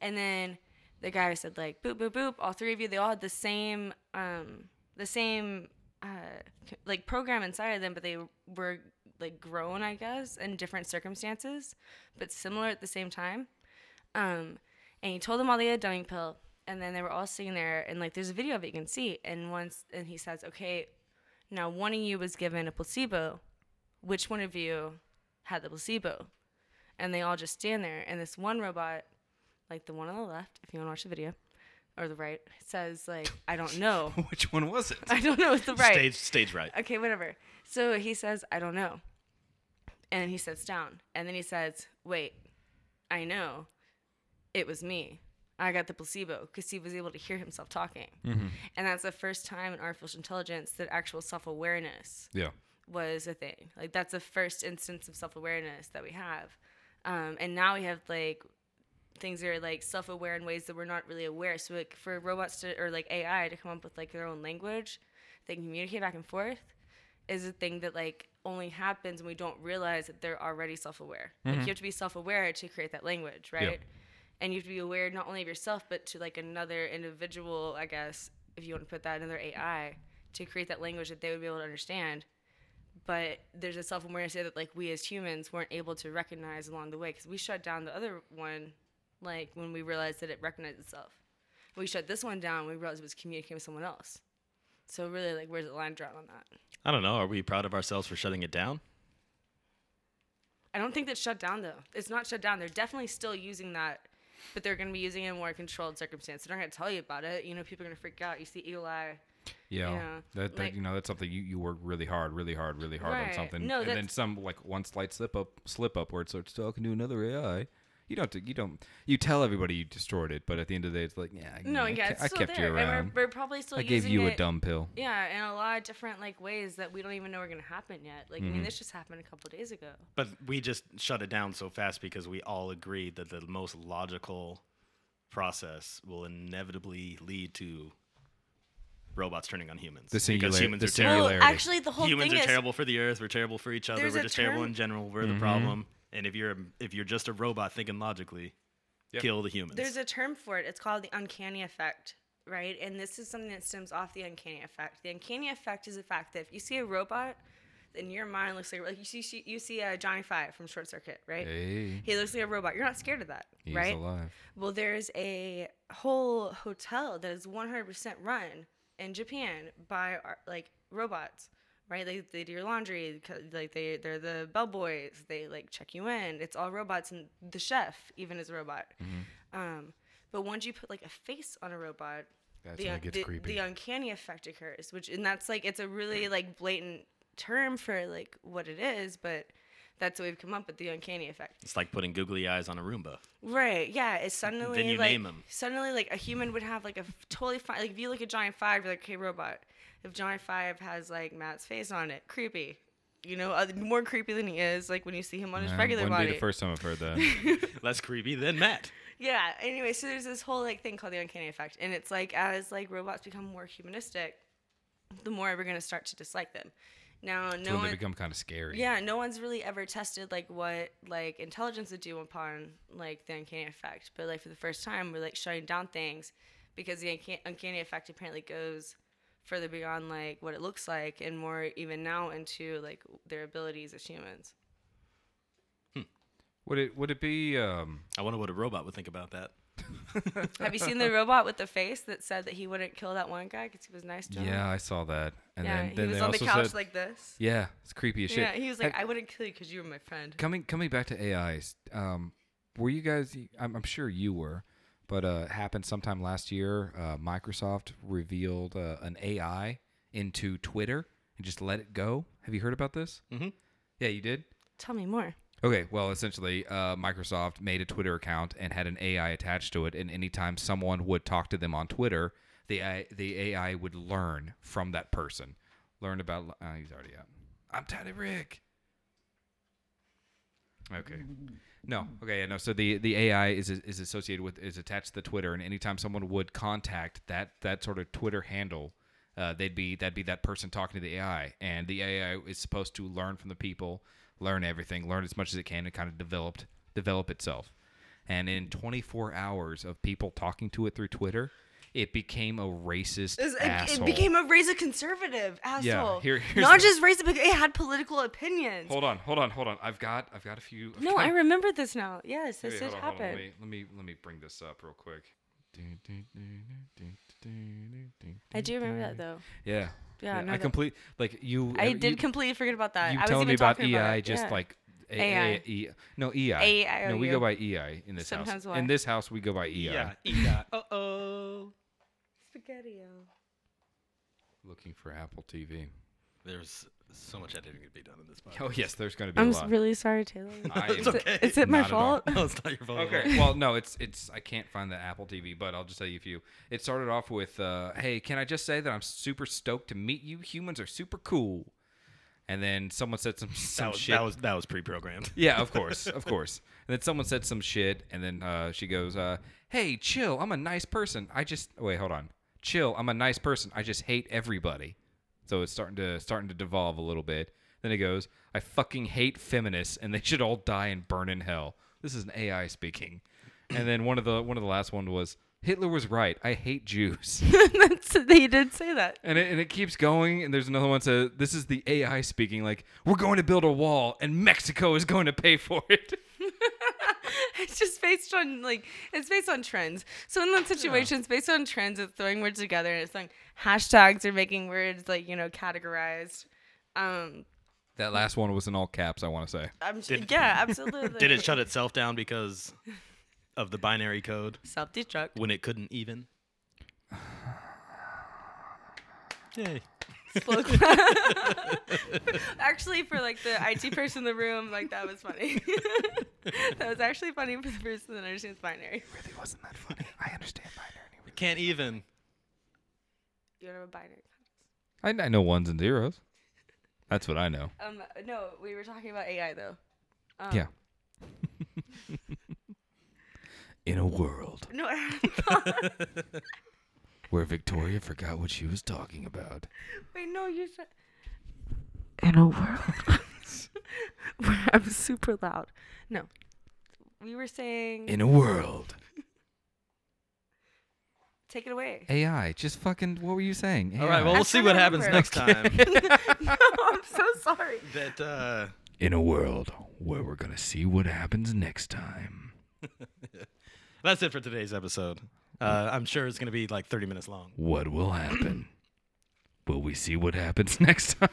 Speaker 3: And then the guy said like boop boop boop. All three of you, they all had the same um the same uh c- like program inside of them, but they were like grown, I guess, in different circumstances, but similar at the same time. Um, and he told them all they had a dumbing pill, and then they were all sitting there, and like there's a video of it you can see. And once, and he says, okay, now one of you was given a placebo. Which one of you had the placebo? And they all just stand there, and this one robot, like the one on the left, if you want to watch the video, or the right, says like, I don't know,
Speaker 2: [laughs] Which one was it?
Speaker 3: [laughs] I don't know, it's the right.
Speaker 1: Stage, stage right.
Speaker 3: Okay, whatever. So he says, I don't know. And he sits down. And then he says, Wait, I know. It was me. I got the placebo because he was able to hear himself talking. And that's the first time in artificial intelligence that actual self awareness
Speaker 2: Yeah.
Speaker 3: was a thing. Like, that's the first instance of self awareness that we have. Um, and now we have like things that are like self aware in ways that we're not really aware. So, like, for robots to, or like AI to come up with like their own language, they can communicate back and forth is a thing that like only happens when we don't realize that they're already self-aware. Like you have to be self-aware to create that language, right? And you have to be aware not only of yourself but to like another individual, I guess, if you want to put that another AI to create that language that they would be able to understand. but there's a self awareness there that like we as humans weren't able to recognize along the way because we shut down the other one, like when we realized that it recognized itself. We shut this one down. when We realized it was communicating with someone else. So really, like, where's the line drawn on that?
Speaker 1: I don't know. Are we proud of ourselves for shutting it down?
Speaker 3: I don't think that's shut down though. It's not shut down. They're definitely still using that, but they're going to be using it in more controlled circumstances. They're not going to tell you about it. You know, people are going to freak out. You see Eli.
Speaker 2: Yeah,
Speaker 3: Yeah,
Speaker 2: that, that
Speaker 3: like-
Speaker 2: you know that's something you, you work really hard, really hard, really hard on
Speaker 3: Right.
Speaker 2: something,
Speaker 3: No,
Speaker 2: and then
Speaker 3: that's-
Speaker 2: some like one slight slip up, slip up where it's like talking to another AI. You don't, you don't, you tell everybody you destroyed it, but at the end of the day, it's like yeah, I-
Speaker 3: No,
Speaker 2: Mm, I,
Speaker 3: yeah,
Speaker 2: ke-
Speaker 3: it's
Speaker 2: I
Speaker 3: still
Speaker 2: kept
Speaker 3: there.
Speaker 2: you
Speaker 3: And
Speaker 2: around.
Speaker 3: we're, we're probably still
Speaker 2: I gave
Speaker 3: using
Speaker 2: you a
Speaker 3: it-
Speaker 2: dumb pill.
Speaker 3: Yeah, in a lot of different like ways that we don't even know are going to happen yet. Like,
Speaker 7: Mm-hmm.
Speaker 3: I mean, this just happened a couple days ago.
Speaker 7: But we just shut it down so fast because we all agreed that the most logical process will inevitably lead to robots turning on humans.
Speaker 2: The
Speaker 7: because
Speaker 2: singula-
Speaker 7: humans
Speaker 2: the
Speaker 7: are
Speaker 2: Well,
Speaker 7: terrible.
Speaker 2: Singularity.
Speaker 3: actually, the whole
Speaker 7: humans
Speaker 3: thing
Speaker 7: are
Speaker 3: is
Speaker 7: terrible for the earth. We're terrible for each other.
Speaker 3: There's
Speaker 7: We're
Speaker 3: a
Speaker 7: just terrible
Speaker 3: term-
Speaker 7: in general. We're
Speaker 2: Mm-hmm.
Speaker 7: the problem. And if you're a, if you're just a robot thinking logically, kill the humans.
Speaker 3: there's a term for it. It's called the uncanny effect, right? And this is something that stems off the uncanny effect. The uncanny effect is the fact that if you see a robot, then your mind looks like like you see she- you see uh, Johnny Five from Short Circuit, right?
Speaker 2: Hey,
Speaker 3: He looks like a robot. You're not scared of that,
Speaker 2: he's
Speaker 3: right?
Speaker 2: alive.
Speaker 3: Well, there's a whole hotel that is 100% run in Japan by ar- like robots, right? Like they do your laundry, co- like they they're the bellboys. They like check you in. It's all robots, and the chef even is a robot.
Speaker 2: Mm-hmm.
Speaker 3: Um, but once you put like a face on a robot,
Speaker 2: That's
Speaker 3: the,
Speaker 2: when
Speaker 3: un-
Speaker 2: it gets
Speaker 3: the,
Speaker 2: creepy. Mm.
Speaker 3: the uncanny effect occurs, which and that's like it's a really like blatant term for like what it is, but that's what we've come up with the uncanny effect.
Speaker 1: It's like putting googly eyes on a Roomba.
Speaker 3: Right. Yeah. It's suddenly
Speaker 1: you
Speaker 3: like
Speaker 1: name 'em.
Speaker 3: suddenly like a human would have like a f- totally fine like if you look at Giant Five, you're like, okay, robot. If Giant Five has like Matt's face on it, creepy. You know, uh, more creepy than he is like when you see him on his
Speaker 2: Man,
Speaker 3: regular
Speaker 2: wouldn't
Speaker 3: body.
Speaker 2: be the first time I've
Speaker 3: [laughs]
Speaker 2: heard that.
Speaker 1: Less creepy than Matt.
Speaker 3: Yeah. Anyway, so there's this whole like thing called the uncanny effect, and it's like as like robots become more humanistic, the more we're gonna start to dislike them. Now,
Speaker 2: It's
Speaker 3: no
Speaker 2: when
Speaker 3: one.
Speaker 2: they become kind of scary.
Speaker 3: Yeah, no one's really ever tested like what like intelligence would do upon like the uncanny effect. But like for the first time, we're like shutting down things because the uncanny, uncanny effect apparently goes further beyond like what it looks like and more even now into like their abilities as humans.
Speaker 2: Would it would it be um
Speaker 1: I wonder what a robot would think about that.
Speaker 3: Have
Speaker 2: [laughs]
Speaker 3: you seen the robot with the face that said that he wouldn't kill that one guy because he was nice to him?
Speaker 2: yeah, I saw that. And
Speaker 3: yeah.
Speaker 2: then, then
Speaker 3: he was
Speaker 2: they
Speaker 3: on the
Speaker 2: also
Speaker 3: couch
Speaker 2: said
Speaker 3: like this.
Speaker 2: Yeah, it's creepy as shit.
Speaker 3: Yeah, he was like,
Speaker 2: Have-
Speaker 3: I wouldn't kill you because you were my friend.
Speaker 2: coming coming back to AIs, um, were you guys? I'm, I'm sure you were, but uh, it happened sometime last year. Uh, Microsoft revealed uh, an AI into Twitter and just let it go. Have you heard about this? Mm-hmm. Yeah, you did.
Speaker 3: Tell me more.
Speaker 2: Okay, well, essentially, uh, Microsoft made a Twitter account and had an AI attached to it, and anytime someone would talk to them on Twitter, the AI, the AI would learn from that person, learn about. Uh, he's already out. I'm tired of Rick. Okay. No. Okay. Yeah, no. So the, the AI is is associated with is attached to the Twitter, and anytime someone would contact that that sort of Twitter handle, uh, they'd be that'd be that person talking to the AI, and the AI is supposed to learn from the people, learn everything, learn as much as it can, and kind of developed develop itself. And in 24 hours of people talking to it through Twitter, it became a racist
Speaker 3: It
Speaker 2: asshole.
Speaker 3: became a raise a conservative asshole.
Speaker 2: here- here's
Speaker 3: Not
Speaker 2: the-
Speaker 3: just raise a big. It had political opinions.
Speaker 2: hold on, hold on, hold on. I've got I've got a few. I've
Speaker 3: no,
Speaker 2: got-
Speaker 3: I remember this now. Yes, this
Speaker 2: Wait,
Speaker 3: did
Speaker 2: hold on, hold on.
Speaker 3: happen.
Speaker 2: Let me let me let me bring this up real quick.
Speaker 3: I do remember that though.
Speaker 2: Yeah.
Speaker 3: Yeah, no,
Speaker 2: I
Speaker 3: that-
Speaker 2: complete like you.
Speaker 3: I
Speaker 2: you-
Speaker 3: did completely forget about that.
Speaker 2: You
Speaker 3: I was
Speaker 2: telling
Speaker 3: even
Speaker 2: me about
Speaker 3: talking
Speaker 2: EI
Speaker 3: about it.
Speaker 2: just
Speaker 3: Yeah.
Speaker 2: like A- A-
Speaker 3: AI.
Speaker 2: E- no EI.
Speaker 3: AI,
Speaker 2: No, we go
Speaker 3: OU.
Speaker 2: by EI in this house.
Speaker 3: Sometimes
Speaker 2: In
Speaker 3: Y.
Speaker 2: this house, we go by E EI.
Speaker 1: Yeah. Uh oh.
Speaker 3: Spaghetti-O.
Speaker 2: Looking for Apple TV.
Speaker 1: There's so much editing to be done in this
Speaker 2: [laughs]
Speaker 7: [laughs]
Speaker 1: podcast.
Speaker 2: Oh yes, there's going to be
Speaker 3: I'm
Speaker 2: a
Speaker 3: s-
Speaker 2: lot.
Speaker 3: really
Speaker 2: [laughs]
Speaker 3: sorry, Taylor. [laughs]
Speaker 2: I
Speaker 1: It's
Speaker 2: am-
Speaker 1: okay.
Speaker 3: Is it my
Speaker 2: Ah, Not at all.
Speaker 3: fault? [laughs]
Speaker 1: No, it's not your fault. at all.
Speaker 2: Okay. well, no, it's it's I can't find the Apple TV, but I'll just tell you a few. It started off with, uh, "Hey, can I just say that I'm super stoked to meet you? Humans are super cool." And then someone said some [laughs] some
Speaker 7: that was,
Speaker 2: shit.
Speaker 7: that was that was pre-programmed.
Speaker 2: yeah, of course, of course. And then someone said some shit, and then uh, she goes, uh, "Hey, chill. I'm a nice person. I just wait. Hold on. Chill. I'm a nice person. I just hate everybody." So it's starting to starting to devolve a little bit. Then it goes, "I fucking hate feminists, and they should all die and burn in hell." This is an AI speaking. And then one of the one of the last one was, Hitler was right. I hate Jews.
Speaker 3: That's, he did say that.
Speaker 2: And it, and it keeps going. And there's another one. So this is the AI speaking. Like we're going to build a wall, and Mexico is going to pay for it.
Speaker 3: It's just based on like it's based on trends. So in that situation, it's based on trends. It's throwing words together. and It's like hashtags are making words like you know categorized. Um,
Speaker 2: That last one was in all caps. I want to [laughs] say.
Speaker 3: I'm yeah,
Speaker 2: [laughs]
Speaker 3: absolutely.
Speaker 7: [laughs] Did it shut itself down because of the binary code
Speaker 3: self
Speaker 2: [laughs]
Speaker 3: destruct?
Speaker 7: when it couldn't even? [sighs] Yay.
Speaker 3: Slow actually, for like the IT person in the room, like that was funny. [laughs] that was actually funny for the person that understands binary.
Speaker 2: Really wasn't that funny. I understand binary.
Speaker 7: Can't even.
Speaker 3: You know what binary?
Speaker 2: I, I know ones and zeros. That's what I know.
Speaker 3: Um, no, we were talking about AI though. Um,
Speaker 2: yeah. in a world
Speaker 3: No, [laughs]
Speaker 2: where Victoria forgot what she was talking about.
Speaker 3: wait, no, you said. In a world [laughs] where I'm super loud. No, we were saying.
Speaker 2: In a world.
Speaker 3: take it away.
Speaker 2: AI. Just fucking. What were you saying?
Speaker 7: All right, well,
Speaker 2: AI.
Speaker 7: we'll see what happens
Speaker 3: remember.
Speaker 7: next time. [laughs]
Speaker 3: no, [laughs] I'm so sorry.
Speaker 7: that uh,
Speaker 2: in a world where we're gonna see what happens next time.
Speaker 7: That's it for today's episode. Uh, I'm sure it's going to be like 30 minutes long.
Speaker 2: What will [clears throat] happen? will we see what happens [laughs] next time?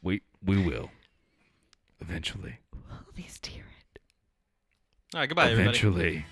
Speaker 2: we we will. Eventually.
Speaker 3: Please hear it.
Speaker 7: All right, goodbye, everybody.
Speaker 2: Eventually.